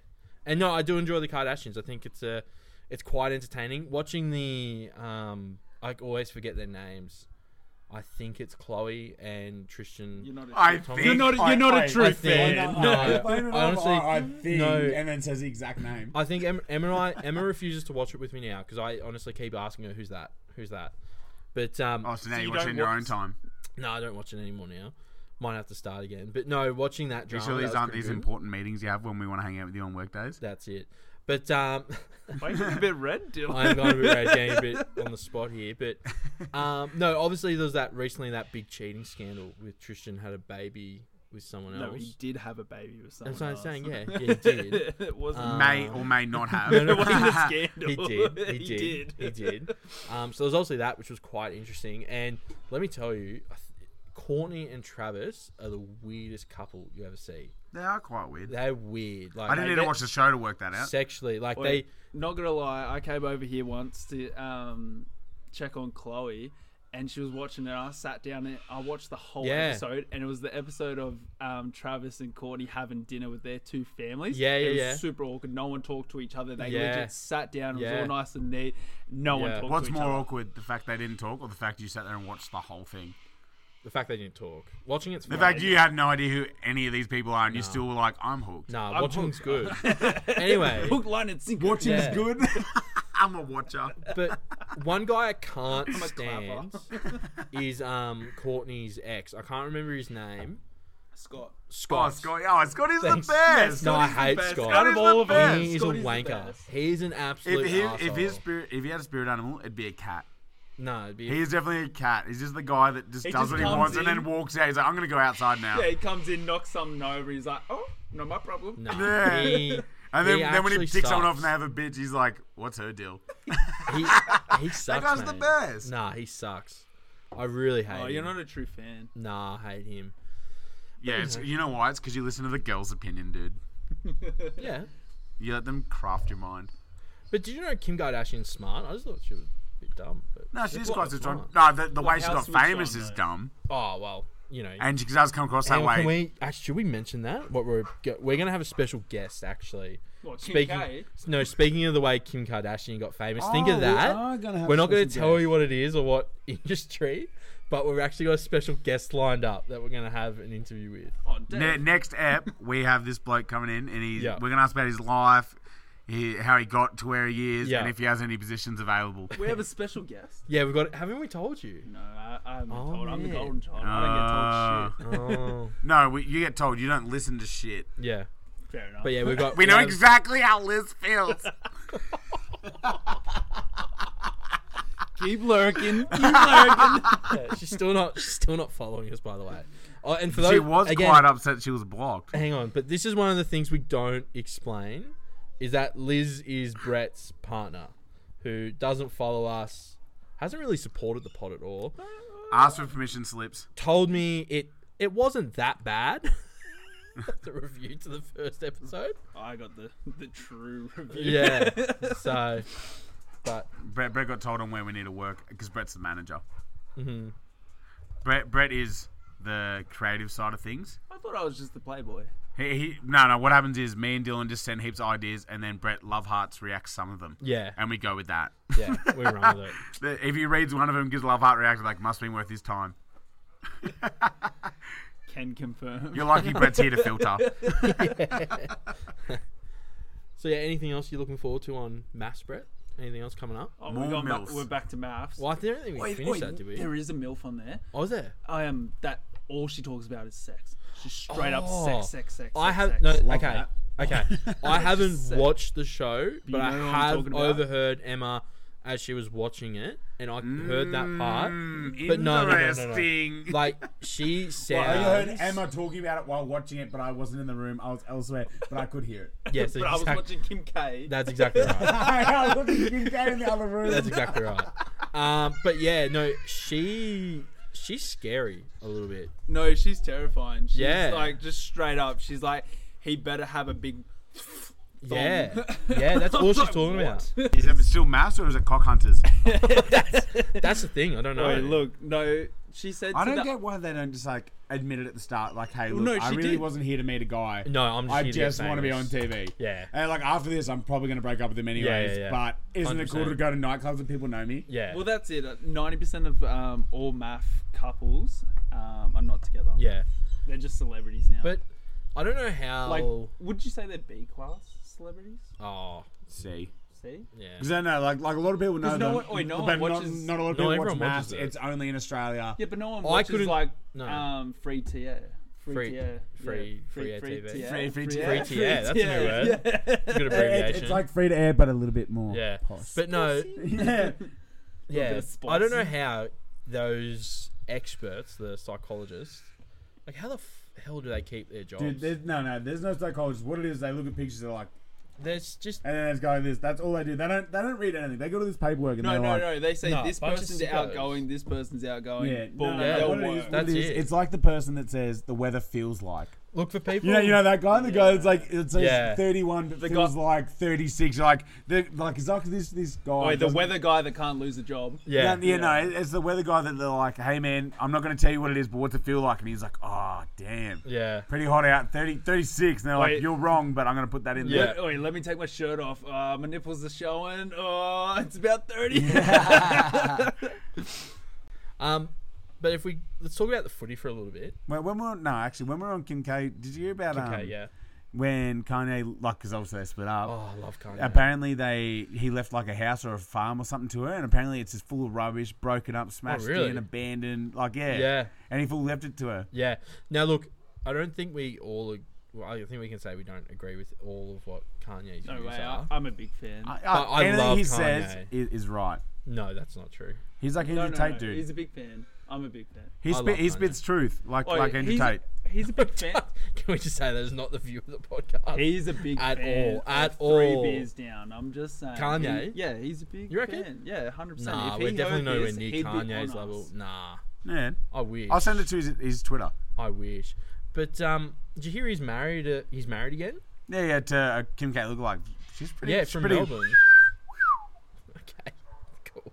Speaker 2: and no, I do enjoy the Kardashians. I think it's a, it's quite entertaining watching the. Um, I always forget their names. I think it's Chloe and Tristan.
Speaker 8: You're not. A
Speaker 1: I
Speaker 8: Tom-
Speaker 1: think
Speaker 8: You're not. A, you're not a true
Speaker 2: I
Speaker 8: fan.
Speaker 2: think- No, I honestly, no.
Speaker 1: and then says the exact name.
Speaker 2: I think Emma, Emma, and I, Emma refuses to watch it with me now because I honestly keep asking her, "Who's that? Who's that?" But um,
Speaker 1: Oh, so now
Speaker 8: you
Speaker 1: you watch it
Speaker 8: don't
Speaker 1: in your
Speaker 8: watch-
Speaker 1: own time.
Speaker 2: no, I don't watch it anymore now. Might have to start again. But no, watching that drama.
Speaker 1: These sure these
Speaker 2: that was
Speaker 1: aren't
Speaker 2: pretty
Speaker 1: these
Speaker 2: good.
Speaker 1: important meetings you have when we want to hang out with you on work days.
Speaker 2: That's it. But um,
Speaker 8: Why are you a bit red, Dylan?
Speaker 2: I'm going to be red getting a bit on the spot here, but um, no, obviously there was that recently that big cheating scandal with Tristan had a baby with someone
Speaker 8: No,
Speaker 2: else.
Speaker 8: he did have a baby with someone.
Speaker 2: That's what I'm
Speaker 8: else.
Speaker 2: saying. Yeah, yeah, he did.
Speaker 8: it wasn't.
Speaker 2: Um,
Speaker 1: may or may not have.
Speaker 2: no,
Speaker 8: it wasn't a
Speaker 1: I
Speaker 8: scandal.
Speaker 2: He did.
Speaker 8: He
Speaker 2: He did. He did.
Speaker 8: did.
Speaker 2: Um, so there was also that, which was quite interesting. And let me tell you, I th- Courtney and Travis are the weirdest couple you ever see.
Speaker 1: they are quite weird.
Speaker 2: They're weird. Like
Speaker 1: I didn't
Speaker 2: they
Speaker 1: need to
Speaker 2: get
Speaker 1: watch the show to work that out.
Speaker 2: sexually. Like
Speaker 8: Wait,
Speaker 2: they.
Speaker 8: not gonna lie, I came over here once to um, check on Chloe, and she was watching it. I sat down and I watched the whole
Speaker 2: Yeah.
Speaker 8: episode, and it was the episode of um, Travis and Courtney having dinner with their two families.
Speaker 2: Yeah, yeah,
Speaker 8: it was
Speaker 2: yeah.
Speaker 8: Super awkward. No one talked to each other. They
Speaker 2: Yeah.
Speaker 8: legit sat down. It was
Speaker 2: Yeah.
Speaker 8: all nice and neat. No one
Speaker 2: Yeah.
Speaker 8: talked
Speaker 1: What's
Speaker 8: to each
Speaker 1: more
Speaker 8: other.
Speaker 1: awkward, the fact they didn't talk, or the fact you sat there and watched the whole thing?
Speaker 2: The fact they didn't talk. Watching it's
Speaker 1: The
Speaker 2: fine.
Speaker 1: fact you had no idea who any of these people are, and you still were like, "I'm hooked."
Speaker 2: Nah,
Speaker 8: I'm
Speaker 2: watching's good.
Speaker 8: hooked.
Speaker 2: anyway,
Speaker 8: Hook, line, and sinker.
Speaker 1: Watching's
Speaker 2: Yeah.
Speaker 1: good. I'm a watcher. Oh,
Speaker 2: but one guy I can't
Speaker 8: a
Speaker 2: stand is um Courtney's ex. I can't remember his name.
Speaker 8: Scott.
Speaker 1: Oh,
Speaker 2: Scott.
Speaker 1: Scott! Oh, Scott is
Speaker 2: Thanks.
Speaker 1: the best.
Speaker 2: No, I hate
Speaker 8: best.
Speaker 2: Scott.
Speaker 8: Out of all of them,
Speaker 2: he is a
Speaker 8: Scott is the
Speaker 2: wanker.
Speaker 8: best.
Speaker 2: He's an absolute
Speaker 1: If,
Speaker 2: if
Speaker 1: he, if his spirit, if he had a spirit animal, it'd be a cat.
Speaker 2: no, it'd be,
Speaker 1: He is definitely a cat. He's just the guy that just does
Speaker 8: just
Speaker 1: what he
Speaker 8: comes
Speaker 1: wants and
Speaker 8: in.
Speaker 1: then walks out. He's like, "I'm gonna go outside now."
Speaker 8: Yeah, he comes in, knocks something over. He's like, "Oh, not my problem."
Speaker 2: no.
Speaker 1: Yeah.
Speaker 2: He,
Speaker 1: And then,
Speaker 2: he
Speaker 1: then when he
Speaker 2: actually
Speaker 1: picks someone off and they
Speaker 2: sucks.
Speaker 1: have a bitch, he's like, "What's her deal?"
Speaker 2: he, he sucks.
Speaker 1: guy's the
Speaker 2: mate.
Speaker 1: best.
Speaker 2: Nah, he sucks. I really hate.
Speaker 8: Oh,
Speaker 2: him.
Speaker 8: you're not a true fan.
Speaker 2: Nah, I hate him.
Speaker 1: Yeah, it's, you know why? It's because you listen to the girl's opinion, dude.
Speaker 2: Yeah,
Speaker 1: You let them craft your mind.
Speaker 2: but did you know Kim Kardashian's smart? I just thought she was a bit dumb. But
Speaker 1: No, she's
Speaker 2: Well,
Speaker 1: quite
Speaker 2: it's
Speaker 1: strong.
Speaker 2: not.
Speaker 1: No, the, the way she
Speaker 8: how
Speaker 1: got
Speaker 8: switched
Speaker 1: famous
Speaker 8: on,
Speaker 1: is
Speaker 8: though?
Speaker 1: dumb,
Speaker 2: Oh well, you know.
Speaker 1: and she does come across that
Speaker 2: Hang on, can
Speaker 1: way.
Speaker 2: we actually should we mention that? What we're go- we're gonna have a special guest actually.
Speaker 8: What, Kim
Speaker 2: Speaking
Speaker 8: K?
Speaker 2: no, speaking of the way Kim Kardashian got famous, think
Speaker 1: Oh,
Speaker 2: of
Speaker 1: we
Speaker 2: that.
Speaker 1: are gonna have
Speaker 2: we're
Speaker 1: a
Speaker 2: not gonna
Speaker 1: special
Speaker 2: tell
Speaker 1: guest.
Speaker 2: you what it is or what industry, but we've actually got a special guest lined up that we're gonna have an interview with.
Speaker 8: Oh,
Speaker 1: Ne-
Speaker 8: damn.
Speaker 1: next app, we have this bloke coming in, and he's,
Speaker 2: Yeah.
Speaker 1: we're gonna ask about his life, he, how he got to where he is,
Speaker 2: Yeah.
Speaker 1: and if he has any positions available.
Speaker 8: we have a special guest.
Speaker 2: Yeah, we've got. Haven't we told you?
Speaker 8: No, I, I haven't been
Speaker 2: Oh,
Speaker 8: told. I'm the
Speaker 2: man.
Speaker 8: golden child. I don't get told
Speaker 2: Oh,
Speaker 1: No, we, you get told you don't listen to shit.
Speaker 2: yeah.
Speaker 8: shit. Fair enough.
Speaker 2: But yeah, we've got.
Speaker 1: We know
Speaker 2: have-
Speaker 1: exactly how Liz feels.
Speaker 8: keep lurking. Keep lurking.
Speaker 2: yeah, She's still not. She's still not following us, by the way. Oh, and for those
Speaker 1: she was
Speaker 2: again,
Speaker 1: quite upset. She was blocked.
Speaker 2: hang on, but this is one of the things we don't explain is that Liz is Brett's partner who doesn't follow us, hasn't really supported the pod at all.
Speaker 1: Asked for permission slips.
Speaker 2: Told me it it wasn't that bad. the review to the first episode.
Speaker 8: I got the, the true review.
Speaker 2: Yeah. So but Mm-hmm.
Speaker 1: Brett, Brett got told on where we need to work because Brett's the manager.
Speaker 9: Brett, Brett is the creative side of things.
Speaker 3: I thought I was just the playboy.
Speaker 9: He, he, no, no. What happens is me and Dylan just send heaps of ideas, and then Brett Lovehearts reacts some of them.
Speaker 2: Yeah.
Speaker 9: and we go with that.
Speaker 2: Yeah, we run with it.
Speaker 9: The- if he reads one of them, gives Loveheart reacted like must have been worth his time.
Speaker 3: Can confirm.
Speaker 9: You're lucky Brett's here to filter.
Speaker 2: So yeah, anything else you're looking forward to on Mass Brett? Anything else coming up?
Speaker 3: Oh,
Speaker 9: More
Speaker 3: we're, going back,
Speaker 9: milfs.
Speaker 3: we're back to maths.
Speaker 2: Well, I don't think we
Speaker 3: Wait,
Speaker 2: finished
Speaker 3: wait,
Speaker 2: that, did we?
Speaker 3: There is a milf on there.
Speaker 2: I was there.
Speaker 3: I am that. All she talks about is sex. She's straight
Speaker 2: Oh.
Speaker 3: up sex, sex, sex.
Speaker 2: I
Speaker 3: sex,
Speaker 2: have
Speaker 3: sex.
Speaker 2: no.
Speaker 3: Love
Speaker 2: Okay,
Speaker 3: that.
Speaker 2: okay. I haven't
Speaker 3: sick.
Speaker 2: watched the show, but I
Speaker 3: know what I'm
Speaker 2: have
Speaker 3: talking about?
Speaker 2: overheard Emma as she was watching it, and I heard that part.
Speaker 9: Mm,
Speaker 2: But no, no, no, no, no.
Speaker 9: interesting.
Speaker 2: Like she
Speaker 1: I
Speaker 2: sounds.
Speaker 1: heard Emma talking about it while watching it, but I wasn't in the room. I was elsewhere, but I could hear it.
Speaker 2: Yes,
Speaker 3: But I was
Speaker 2: exact-
Speaker 3: watching Kim K.
Speaker 2: that's exactly right.
Speaker 1: I looked at you in the other room.
Speaker 2: That's exactly right. Um, but yeah, no, she she's scary a little bit.
Speaker 3: No, she's terrifying. She's
Speaker 2: Yeah.
Speaker 3: like just straight up. She's like, he better have a big.
Speaker 2: Yeah, yeah, that's all she's talking about.
Speaker 9: Is it still mass or is it cock hunters?
Speaker 2: That's the thing. I don't know.
Speaker 3: No, look, no. She said.
Speaker 1: I
Speaker 3: to
Speaker 1: don't
Speaker 3: the-
Speaker 1: get why they don't just like admit it at the start, like, "Hey, look,
Speaker 3: no,
Speaker 1: I
Speaker 3: she
Speaker 1: really
Speaker 3: did.
Speaker 1: wasn't here to meet a guy.
Speaker 2: No, I'm just
Speaker 1: I
Speaker 2: here to get
Speaker 1: just want to be on
Speaker 2: famous."
Speaker 1: TV.
Speaker 2: Yeah.
Speaker 1: and like after this, I'm probably gonna break up with him anyways.
Speaker 2: yeah.
Speaker 1: But isn't it cool to
Speaker 2: 100%.
Speaker 1: go to nightclubs and people know me?
Speaker 2: Yeah.
Speaker 3: Well, that's it. Uh, Ninety percent of um, all math couples um, are not together.
Speaker 2: yeah.
Speaker 3: they're just celebrities now.
Speaker 2: But I don't know how.
Speaker 3: like, would you say they're B class celebrities?
Speaker 2: oh,
Speaker 1: See,
Speaker 3: See,
Speaker 2: yeah.
Speaker 1: because I know, uh, like, like a lot of people know
Speaker 3: Because no
Speaker 1: them,
Speaker 3: one- oi, no
Speaker 1: but
Speaker 3: one
Speaker 1: not,
Speaker 3: watches-
Speaker 1: not a lot of people watch
Speaker 2: everyone
Speaker 1: Mass.
Speaker 2: watches it.
Speaker 1: It's only in Australia.
Speaker 3: yeah, but no one
Speaker 2: I
Speaker 3: watches
Speaker 2: couldn't-
Speaker 3: like
Speaker 2: no.
Speaker 3: um, free tier.
Speaker 2: Free-
Speaker 3: Free tier.
Speaker 2: free- free air TV.
Speaker 1: Free- free tier.
Speaker 2: Free tier, that's a new word.
Speaker 3: Yeah.
Speaker 2: It's a good
Speaker 1: It-
Speaker 2: abbreviation.
Speaker 1: it's like Oh, free to air, but a little bit more.
Speaker 2: yeah.
Speaker 1: posh.
Speaker 2: But no,
Speaker 1: yeah.
Speaker 2: yeah.
Speaker 3: of spice.
Speaker 2: I don't know how those experts, the psychologists, like how the f- hell do they keep their jobs?
Speaker 1: Dude, there's, no, no, there's no psychologists. What it is, they look at pictures, they're like,
Speaker 2: There's just
Speaker 1: and then it's going this. That's all they do. They don't, they don't read anything. They go to this paperwork and
Speaker 3: No,
Speaker 1: they're
Speaker 3: no,
Speaker 1: like,
Speaker 3: no. They say
Speaker 2: No,
Speaker 3: this
Speaker 2: bunch of
Speaker 3: person's
Speaker 2: sickos.
Speaker 3: outgoing, this person's outgoing.
Speaker 1: Yeah,
Speaker 3: Boom.
Speaker 1: no, no,
Speaker 2: Yeah.
Speaker 1: what it is,
Speaker 3: They'll
Speaker 1: what
Speaker 2: That's
Speaker 1: it is,
Speaker 2: it.
Speaker 1: It's like the person that says the weather feels like.
Speaker 2: look for people.
Speaker 1: You know, you know that guy. The guy that's like, it says
Speaker 2: Yeah.
Speaker 1: thirty-one, but feels like thirty-six. You're Like, the, like it's like this this guy.
Speaker 3: Wait, the
Speaker 1: doesn't-
Speaker 3: weather guy that can't lose a job.
Speaker 1: Yeah,
Speaker 2: Yeah.
Speaker 1: yeah, no, it- it's the weather guy that they're like, hey man, I'm not going to tell you what it is, but what's it feel like? And he's like, oh damn,
Speaker 2: Yeah.
Speaker 1: pretty hot out, 30, 36. And they're like,
Speaker 3: Wait.
Speaker 1: you're wrong, but I'm going to put that in
Speaker 2: Yeah.
Speaker 1: there.
Speaker 3: Wait, wait, let me take my shirt off. Uh, my nipples are showing. Oh, it's about 30.
Speaker 2: Um, but if we let's talk about the footy for a little bit.
Speaker 1: Wait, when we we're on, no, actually, when we we're on Kim K, did you hear about
Speaker 2: Okay.
Speaker 1: um,
Speaker 2: yeah.
Speaker 1: when Kanye, like, because obviously they split up.
Speaker 2: Oh, I love Kanye.
Speaker 1: Apparently they he left like a house or a farm or something to her, and apparently it's just full of rubbish, broken up, smashed
Speaker 2: really?
Speaker 1: in, abandoned. Like yeah,
Speaker 2: Yeah.
Speaker 1: And he full left it to her.
Speaker 2: Yeah. Now look, I don't think we all. ag- Well, I think we can say we don't agree with all of what Kanye's
Speaker 3: no
Speaker 2: views
Speaker 3: way. I,
Speaker 2: are.
Speaker 3: I'm a big fan.
Speaker 1: I,
Speaker 2: But I
Speaker 1: anything
Speaker 2: love
Speaker 1: he says
Speaker 2: Kanye.
Speaker 1: is, is right.
Speaker 2: No, that's not true.
Speaker 1: He's like Andrew
Speaker 3: no, no,
Speaker 1: Tate,
Speaker 3: no.
Speaker 1: dude.
Speaker 3: He's a big fan. I'm a big fan.
Speaker 1: he
Speaker 2: I
Speaker 1: spit,
Speaker 2: love
Speaker 1: he
Speaker 2: Kanye.
Speaker 1: spits truth like
Speaker 3: Oh,
Speaker 1: like
Speaker 3: yeah,
Speaker 1: Andrew
Speaker 3: he's a-
Speaker 1: Tate.
Speaker 3: He's a big fan.
Speaker 2: Can we just say that is not the view of the podcast?
Speaker 3: He's a big
Speaker 2: At
Speaker 3: fan
Speaker 2: all,
Speaker 3: of
Speaker 2: at
Speaker 3: three
Speaker 2: all.
Speaker 3: beers down. I'm just saying.
Speaker 2: Kanye?
Speaker 3: He- yeah, he's a big
Speaker 2: You reckon?
Speaker 3: fan. Yeah, 100%.
Speaker 2: nah,
Speaker 3: If he
Speaker 2: we're
Speaker 3: heard
Speaker 2: definitely nowhere
Speaker 3: this,
Speaker 2: near
Speaker 3: he'd be on
Speaker 2: Kanye's
Speaker 3: us.
Speaker 2: level. Nah,
Speaker 1: Yeah.
Speaker 3: Oh,
Speaker 2: I wish.
Speaker 1: I'll send it to his, his Twitter.
Speaker 2: I wish. But um, did you hear he's married? Uh, he's married again?
Speaker 1: Yeah, yeah, to uh, Kim K. Look like she's pretty.
Speaker 2: Yeah,
Speaker 1: she's
Speaker 2: from
Speaker 1: pretty,
Speaker 2: Melbourne. okay, cool.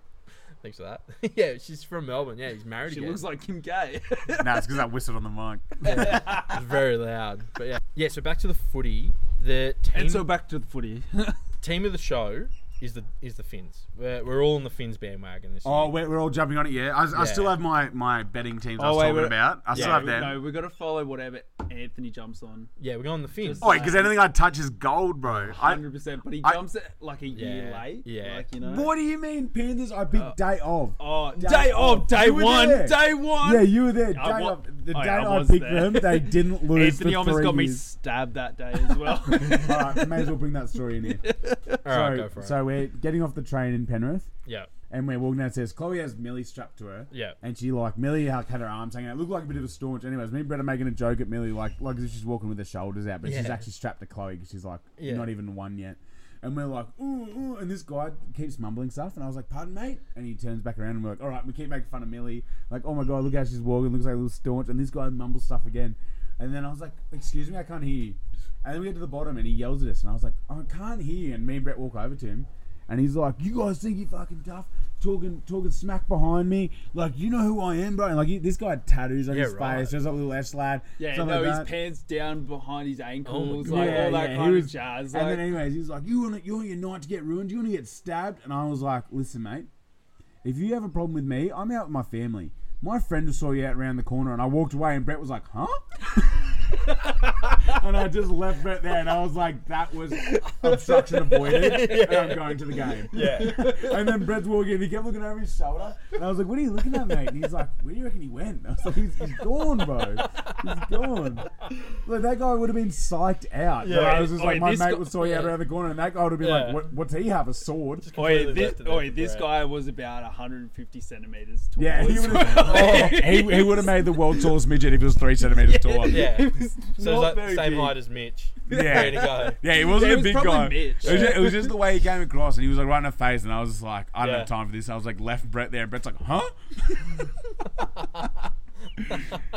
Speaker 2: Thanks for that. yeah, she's from Melbourne. Yeah, he's married
Speaker 3: She
Speaker 2: again.
Speaker 3: looks like Kim K.
Speaker 1: No, it's because I whistled on the mic.
Speaker 2: It's very loud. But yeah, yeah. So back to the footy. The team,
Speaker 3: and so back to the footy.
Speaker 2: team of the show is the is the Finns. We're, we're all in the Finns bandwagon this
Speaker 1: Oh,
Speaker 2: year.
Speaker 1: we're, we're all jumping on it. Yeah, I, I still
Speaker 2: Yeah.
Speaker 1: have my, my betting teams I
Speaker 3: Oh,
Speaker 1: was
Speaker 3: wait,
Speaker 1: talking
Speaker 3: we're-
Speaker 1: about. I still
Speaker 2: Yeah,
Speaker 1: have
Speaker 3: no,
Speaker 1: them.
Speaker 3: no, we got to follow whatever Anthony jumps on.
Speaker 2: Yeah, we're going the Finns.
Speaker 1: Oh, because anything I touch is gold, bro. I,
Speaker 3: 100%. But he
Speaker 1: I-
Speaker 3: jumps it like a year
Speaker 2: Yeah,
Speaker 3: late.
Speaker 2: yeah.
Speaker 3: Like, you know.
Speaker 1: What do you mean, Panthers? I picked day of.
Speaker 3: Uh, Oh, day,
Speaker 1: Day
Speaker 3: of,
Speaker 1: of.
Speaker 3: day
Speaker 1: You were
Speaker 3: one,
Speaker 1: there.
Speaker 3: day one.
Speaker 1: Yeah, you were there. Day
Speaker 3: I wa-
Speaker 1: of, the
Speaker 3: I-
Speaker 1: day
Speaker 3: I
Speaker 1: I,
Speaker 3: was
Speaker 1: picked
Speaker 3: there.
Speaker 1: them, they didn't lose.
Speaker 3: Anthony
Speaker 1: for
Speaker 3: almost
Speaker 1: three
Speaker 3: got me
Speaker 1: years.
Speaker 3: stabbed that day as well.
Speaker 1: All right, may as well bring that story in here.
Speaker 2: all right, go
Speaker 1: So,
Speaker 2: for it.
Speaker 1: so we're getting off the train in Penrith,
Speaker 2: yeah,
Speaker 1: and we're walking downstairs. Chloe has Millie strapped to her.
Speaker 2: yeah.
Speaker 1: And she like Millie like, had her arms hanging out. Looked like a bit of a staunch. Anyways, me and Brett are making a joke at Millie, like like as if she's walking with her shoulders out, but she's
Speaker 2: Yeah.
Speaker 1: actually strapped to Chloe because she's like
Speaker 2: Yeah.
Speaker 1: not even one yet. And we're like, ooh, ooh, and this guy keeps mumbling stuff, and I was like, pardon, mate. And he turns back around and we're like, all right, we keep making fun of Millie, like, oh my god, look how she's walking, looks like a little staunch. And this guy mumbles stuff again, and then I was like, excuse me, I can't hear you. And then we get to the bottom, and he yells at us, and I was like, I can't hear you. And me and Brett walk over to him, and he's like, you guys think you fucking tough? talking talking smack behind me, like you know who I am, bro. And like he, this guy had tattoos on
Speaker 2: Yeah,
Speaker 1: his
Speaker 2: right.
Speaker 1: face, there's a little S lad,
Speaker 3: Yeah,
Speaker 1: something
Speaker 3: no,
Speaker 1: like
Speaker 3: his
Speaker 1: that. Oh,
Speaker 3: pants down behind his ankles,
Speaker 2: God.
Speaker 3: like
Speaker 1: Yeah,
Speaker 3: all that
Speaker 1: yeah, he
Speaker 3: kind
Speaker 1: was-
Speaker 3: of jazz.
Speaker 1: And
Speaker 3: like-
Speaker 1: then anyways, he was like, "You want you want your night to get ruined? You want to get stabbed?" And I was like, "Listen, mate, if you have a problem with me, I'm out with my family. My friend saw you out around the corner, and I walked away, and Brett was like, "Huh?" and I just left Brett there, and I was like, "That was obstruction avoided, and I'm going to the game."
Speaker 2: Yeah.
Speaker 1: And then Brett's walking, and he kept looking over his shoulder, and I was like, "What are you looking at, mate?" And he's like, "Where do you reckon he went?" And I was like, "He's, he's gone, bro. He's gone." Like that guy would have been psyched out. Yeah, I was just
Speaker 3: Oi,
Speaker 1: like, my
Speaker 3: this
Speaker 1: mate
Speaker 3: guy-
Speaker 1: was saw you out
Speaker 2: yeah.
Speaker 1: around the corner, and that guy would have been
Speaker 3: Yeah.
Speaker 1: like, what, "What's he have? A sword?"
Speaker 3: Oi,
Speaker 2: completely
Speaker 3: oh, this,
Speaker 2: left it there
Speaker 3: oi,
Speaker 2: for
Speaker 3: this
Speaker 2: Brett.
Speaker 3: guy was about 150 centimeters tall.
Speaker 1: Yeah, he
Speaker 3: as
Speaker 1: would
Speaker 3: well.
Speaker 1: have. he, he would have made the world's tallest midget if he was three centimeters taller.
Speaker 2: Yeah. So
Speaker 3: not
Speaker 2: it's like
Speaker 3: very
Speaker 2: same
Speaker 3: big.
Speaker 2: height as Mitch.
Speaker 1: Yeah.
Speaker 2: Way to go.
Speaker 1: Yeah, he wasn't
Speaker 3: Yeah,
Speaker 1: a
Speaker 3: it was
Speaker 1: big
Speaker 3: probably
Speaker 1: guy.
Speaker 3: Mitch.
Speaker 1: It, was just, it was just the way he came across, and he was like right in her face, and I was just like, I don't
Speaker 2: Yeah.
Speaker 1: have time for this. I was like, left Brett there, and Brett's like, huh?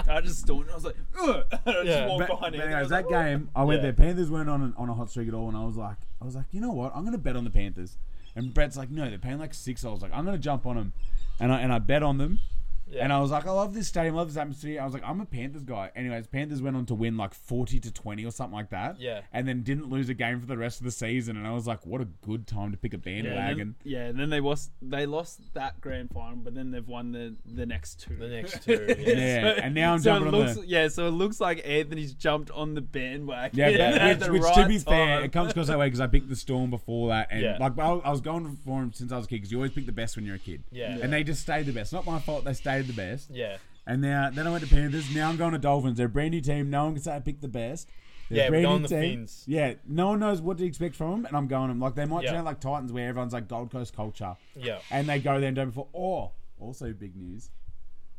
Speaker 3: I just stood. I was like, Ugh! I just
Speaker 2: Yeah.
Speaker 1: But,
Speaker 3: walked behind
Speaker 1: but
Speaker 3: him.
Speaker 1: anyways, that game, I went
Speaker 2: Yeah.
Speaker 1: there. Panthers weren't on an, on a hot streak at all, and I was like, I was like, you know what? I'm gonna bet on the Panthers. And Brett's like, no, they're paying like six. I was like, I'm gonna jump on them, and I and I bet on them.
Speaker 2: Yeah.
Speaker 1: And I was like, I love this stadium, I love this atmosphere. I was like, I'm a Panthers guy. Anyways, Panthers went on to win like 40 to 20 or something like that.
Speaker 2: Yeah.
Speaker 1: And then didn't lose a game for the rest of the season. And I was like, what a good time to pick a
Speaker 3: yeah, and then,
Speaker 1: bandwagon.
Speaker 3: yeah, and then they lost. They lost that grand final, but then they've won the the next two.
Speaker 2: The next two. Yeah.
Speaker 1: Yeah, and now I'm
Speaker 3: so
Speaker 1: jumping
Speaker 3: it
Speaker 1: on
Speaker 3: looks,
Speaker 1: the-
Speaker 3: Yeah, so it looks like Anthony's jumped on the bandwagon.
Speaker 1: Yeah,
Speaker 3: at
Speaker 1: but
Speaker 3: the
Speaker 1: which, which to
Speaker 3: right
Speaker 1: be fair,
Speaker 3: time.
Speaker 1: it comes across that way because I picked the Storm before that, and
Speaker 2: Yeah.
Speaker 1: like but I, I was going for him since I was a kid because you always pick the best when you're a kid.
Speaker 2: Yeah.
Speaker 1: and they just stayed the best. Not my fault they stayed the best.
Speaker 2: Yeah.
Speaker 1: And now then I went to Panthers. Now I'm going to Dolphins. They're a brand new team. No one can say I picked the best. They're a
Speaker 2: Yeah, we're
Speaker 1: brand new
Speaker 2: going the
Speaker 1: team.
Speaker 2: Finns.
Speaker 1: Yeah, no one knows what to expect from them, and I'm going them. Like they might
Speaker 2: Yeah.
Speaker 1: sound like Titans, where everyone's like Gold Coast culture,
Speaker 2: Yeah.
Speaker 1: and they go there and don't before. Or also big news.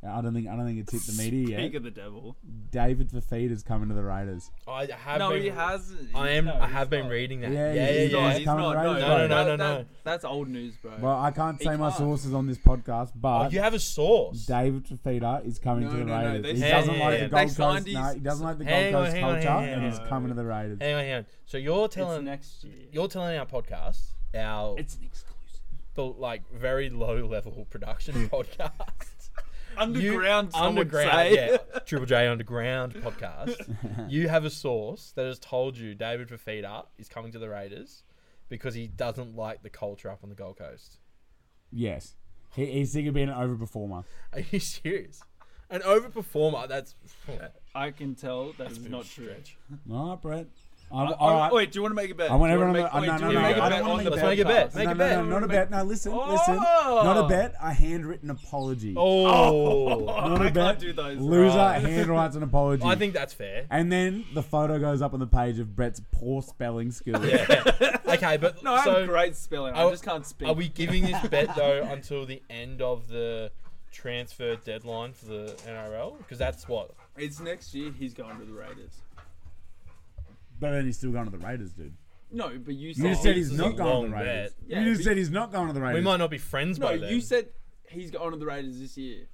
Speaker 1: I don't think I don't think it's hit the media
Speaker 3: Speak
Speaker 1: yet.
Speaker 3: of the devil.
Speaker 1: David Fafita's coming to the Raiders.
Speaker 2: I have
Speaker 3: No,
Speaker 2: been,
Speaker 3: he hasn't.
Speaker 2: I am
Speaker 3: No,
Speaker 2: I
Speaker 3: he's
Speaker 2: have been
Speaker 3: not.
Speaker 2: reading that.
Speaker 1: Yeah,
Speaker 2: Yeah, yeah,
Speaker 1: he's
Speaker 2: yeah.
Speaker 1: not.
Speaker 3: No, he's
Speaker 1: Coming
Speaker 3: not.
Speaker 1: to
Speaker 3: No,
Speaker 1: Raiders,
Speaker 3: no,
Speaker 1: bro.
Speaker 3: no,
Speaker 2: No, no,
Speaker 3: no,
Speaker 2: no, no.
Speaker 3: That's old news, bro.
Speaker 1: Well, I can't say my
Speaker 3: can't.
Speaker 1: sources on this podcast, but
Speaker 2: Oh, you have a source.
Speaker 1: David Fafita is coming
Speaker 3: No,
Speaker 1: to the
Speaker 3: no, no,
Speaker 1: Raiders.
Speaker 3: they
Speaker 1: he
Speaker 2: signed-
Speaker 1: doesn't like
Speaker 2: they
Speaker 1: the Gold
Speaker 3: signed
Speaker 1: Coast. No,
Speaker 3: his-
Speaker 1: he doesn't like the Gold
Speaker 2: Hang on,
Speaker 1: Coast
Speaker 2: hang on,
Speaker 1: culture,
Speaker 2: hang on,
Speaker 1: and he's
Speaker 2: hang on.
Speaker 1: coming to the Raiders.
Speaker 2: Hang on, hang on. So you're telling
Speaker 3: next year.
Speaker 2: you're telling our podcast, our
Speaker 3: It's an exclusive.
Speaker 2: but like very low level production podcast. You-
Speaker 3: Underground, some would say.
Speaker 2: yeah. Triple J Underground podcast. you have a source that has told you David Fafita is coming to the Raiders because he doesn't like the culture up on the Gold Coast.
Speaker 1: Yes, he, he's sick of being an overperformer.
Speaker 2: Are you serious? An overperformer, that's
Speaker 3: I can tell that is not true.
Speaker 1: All right, Brett. I'm,
Speaker 2: Uh,
Speaker 3: I-
Speaker 1: all
Speaker 3: I-
Speaker 2: oh,
Speaker 1: right.
Speaker 3: Wait, do you want to make a bet?
Speaker 1: I want
Speaker 3: Do you wanna
Speaker 1: everyone
Speaker 3: make-
Speaker 1: to-
Speaker 3: wait,
Speaker 1: no,
Speaker 3: do
Speaker 1: no,
Speaker 3: you
Speaker 2: no,
Speaker 3: wanna make
Speaker 2: I
Speaker 3: a
Speaker 2: don't
Speaker 3: bet
Speaker 1: wanna
Speaker 3: on
Speaker 1: make
Speaker 3: the
Speaker 1: bets.
Speaker 2: Let's make a bet.
Speaker 3: podcast?
Speaker 2: Make
Speaker 1: no,
Speaker 2: a
Speaker 1: no,
Speaker 2: bet.
Speaker 1: no, not a bet. No, listen,
Speaker 3: Oh!
Speaker 1: listen, not a bet. A handwritten apology.
Speaker 2: Oh,
Speaker 1: not a
Speaker 3: I
Speaker 1: bet.
Speaker 3: can't do those.
Speaker 1: Loser
Speaker 2: Right.
Speaker 1: handwrites an apology.
Speaker 2: Oh. I think that's fair.
Speaker 1: and then the photo goes up on the page of Brett's poor spelling skills.
Speaker 2: Okay, but
Speaker 3: No, I
Speaker 2: so
Speaker 3: have great spelling. I
Speaker 2: Are-
Speaker 3: just can't speak.
Speaker 2: Are we giving this bet though until the end of the transfer deadline for the NRL? Because that's what.
Speaker 3: It's next year. He's going to the Raiders.
Speaker 1: But then he's still going to the Raiders, dude.
Speaker 3: No, but you said,
Speaker 1: You just said
Speaker 2: this
Speaker 1: he's
Speaker 2: is a
Speaker 1: not going to
Speaker 2: long
Speaker 1: the Raiders.
Speaker 2: bet.
Speaker 3: Yeah,
Speaker 1: you just
Speaker 3: but-
Speaker 1: said he's not going to the Raiders.
Speaker 2: We might not be friends
Speaker 3: No,
Speaker 2: by then.
Speaker 3: you said he's going to the Raiders this year.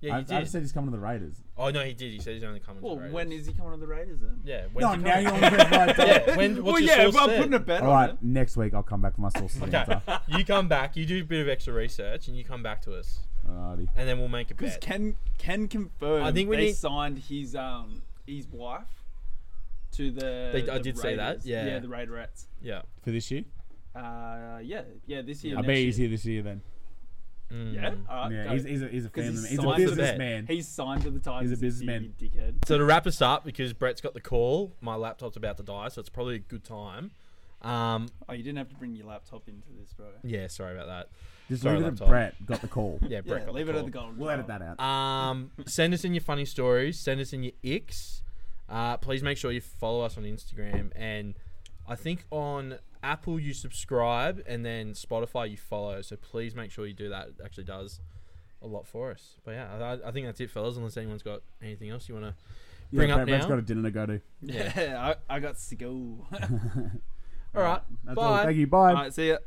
Speaker 2: yeah,
Speaker 1: I,
Speaker 2: you did.
Speaker 1: I said he's coming to the Raiders.
Speaker 2: oh no, he did. He said he's only coming.
Speaker 3: Well,
Speaker 2: to the
Speaker 3: when
Speaker 2: Raiders.
Speaker 3: is he coming to the Raiders then?
Speaker 2: Yeah. When's
Speaker 1: No,
Speaker 2: he
Speaker 1: now
Speaker 2: coming?
Speaker 1: you're on the right track.
Speaker 2: yeah. When? What's
Speaker 3: well,
Speaker 2: your
Speaker 3: yeah,
Speaker 2: source
Speaker 3: but I'm
Speaker 2: said?
Speaker 3: putting a bet
Speaker 1: All
Speaker 3: on
Speaker 1: right,
Speaker 3: it.
Speaker 1: next week I'll come back with my sources. and
Speaker 2: Okay.
Speaker 1: stuff.
Speaker 2: you come back. You do a bit of extra research, and you come back to us,
Speaker 1: Alrighty.
Speaker 2: and then we'll make a
Speaker 3: Because
Speaker 2: bet.
Speaker 3: Ken Ken confirmed
Speaker 2: I think we
Speaker 3: they
Speaker 2: need-
Speaker 3: signed his um his wife to the.
Speaker 2: They- I
Speaker 3: the
Speaker 2: did say that,
Speaker 3: Raiders.
Speaker 2: yeah.
Speaker 3: yeah, the Raiderettes.
Speaker 2: yeah.
Speaker 1: For this year?
Speaker 3: Uh, yeah, yeah, this year.
Speaker 1: I
Speaker 3: next
Speaker 1: bet
Speaker 3: year.
Speaker 1: he's here this year then.
Speaker 2: Mm.
Speaker 3: Yeah, all right,
Speaker 1: Yeah,
Speaker 3: go.
Speaker 1: he's, he's, a, he's a
Speaker 3: 'Cause
Speaker 1: family man.
Speaker 3: he's
Speaker 1: He's a
Speaker 3: signed to the-
Speaker 1: businessman.
Speaker 3: He's signed to the Titans. this
Speaker 1: businessman.
Speaker 3: year, you dickhead.
Speaker 2: So to wrap us up, because Brett's got the call, my laptop's about to die, so it's probably a good time. Um,
Speaker 3: Oh, you didn't have to bring your laptop into this, bro.
Speaker 2: yeah, sorry about that.
Speaker 1: Just
Speaker 2: Sorry,
Speaker 1: leave it at
Speaker 2: laptop.
Speaker 1: Brett got the call.
Speaker 2: Yeah,
Speaker 3: Yeah,
Speaker 2: Brett got
Speaker 3: leave
Speaker 2: the
Speaker 3: it
Speaker 2: call.
Speaker 3: at the golden.
Speaker 1: We'll edit that out.
Speaker 2: Um, send us in your funny stories. Send us in your icks. Uh, please make sure you follow us on Instagram and I think on Apple you subscribe and then Spotify you follow. So please make sure you do that. It actually does a lot for us. But yeah, I, I think that's it, fellas. Unless anyone's got anything else you want to
Speaker 1: Yeah,
Speaker 2: bring
Speaker 1: Brett,
Speaker 2: up
Speaker 1: Brett's
Speaker 2: now.
Speaker 1: got a dinner to go to.
Speaker 3: Yeah, I, I got to go.
Speaker 2: all right,
Speaker 1: That's
Speaker 2: bye.
Speaker 1: all. Thank you. Bye.
Speaker 3: All right, see ya.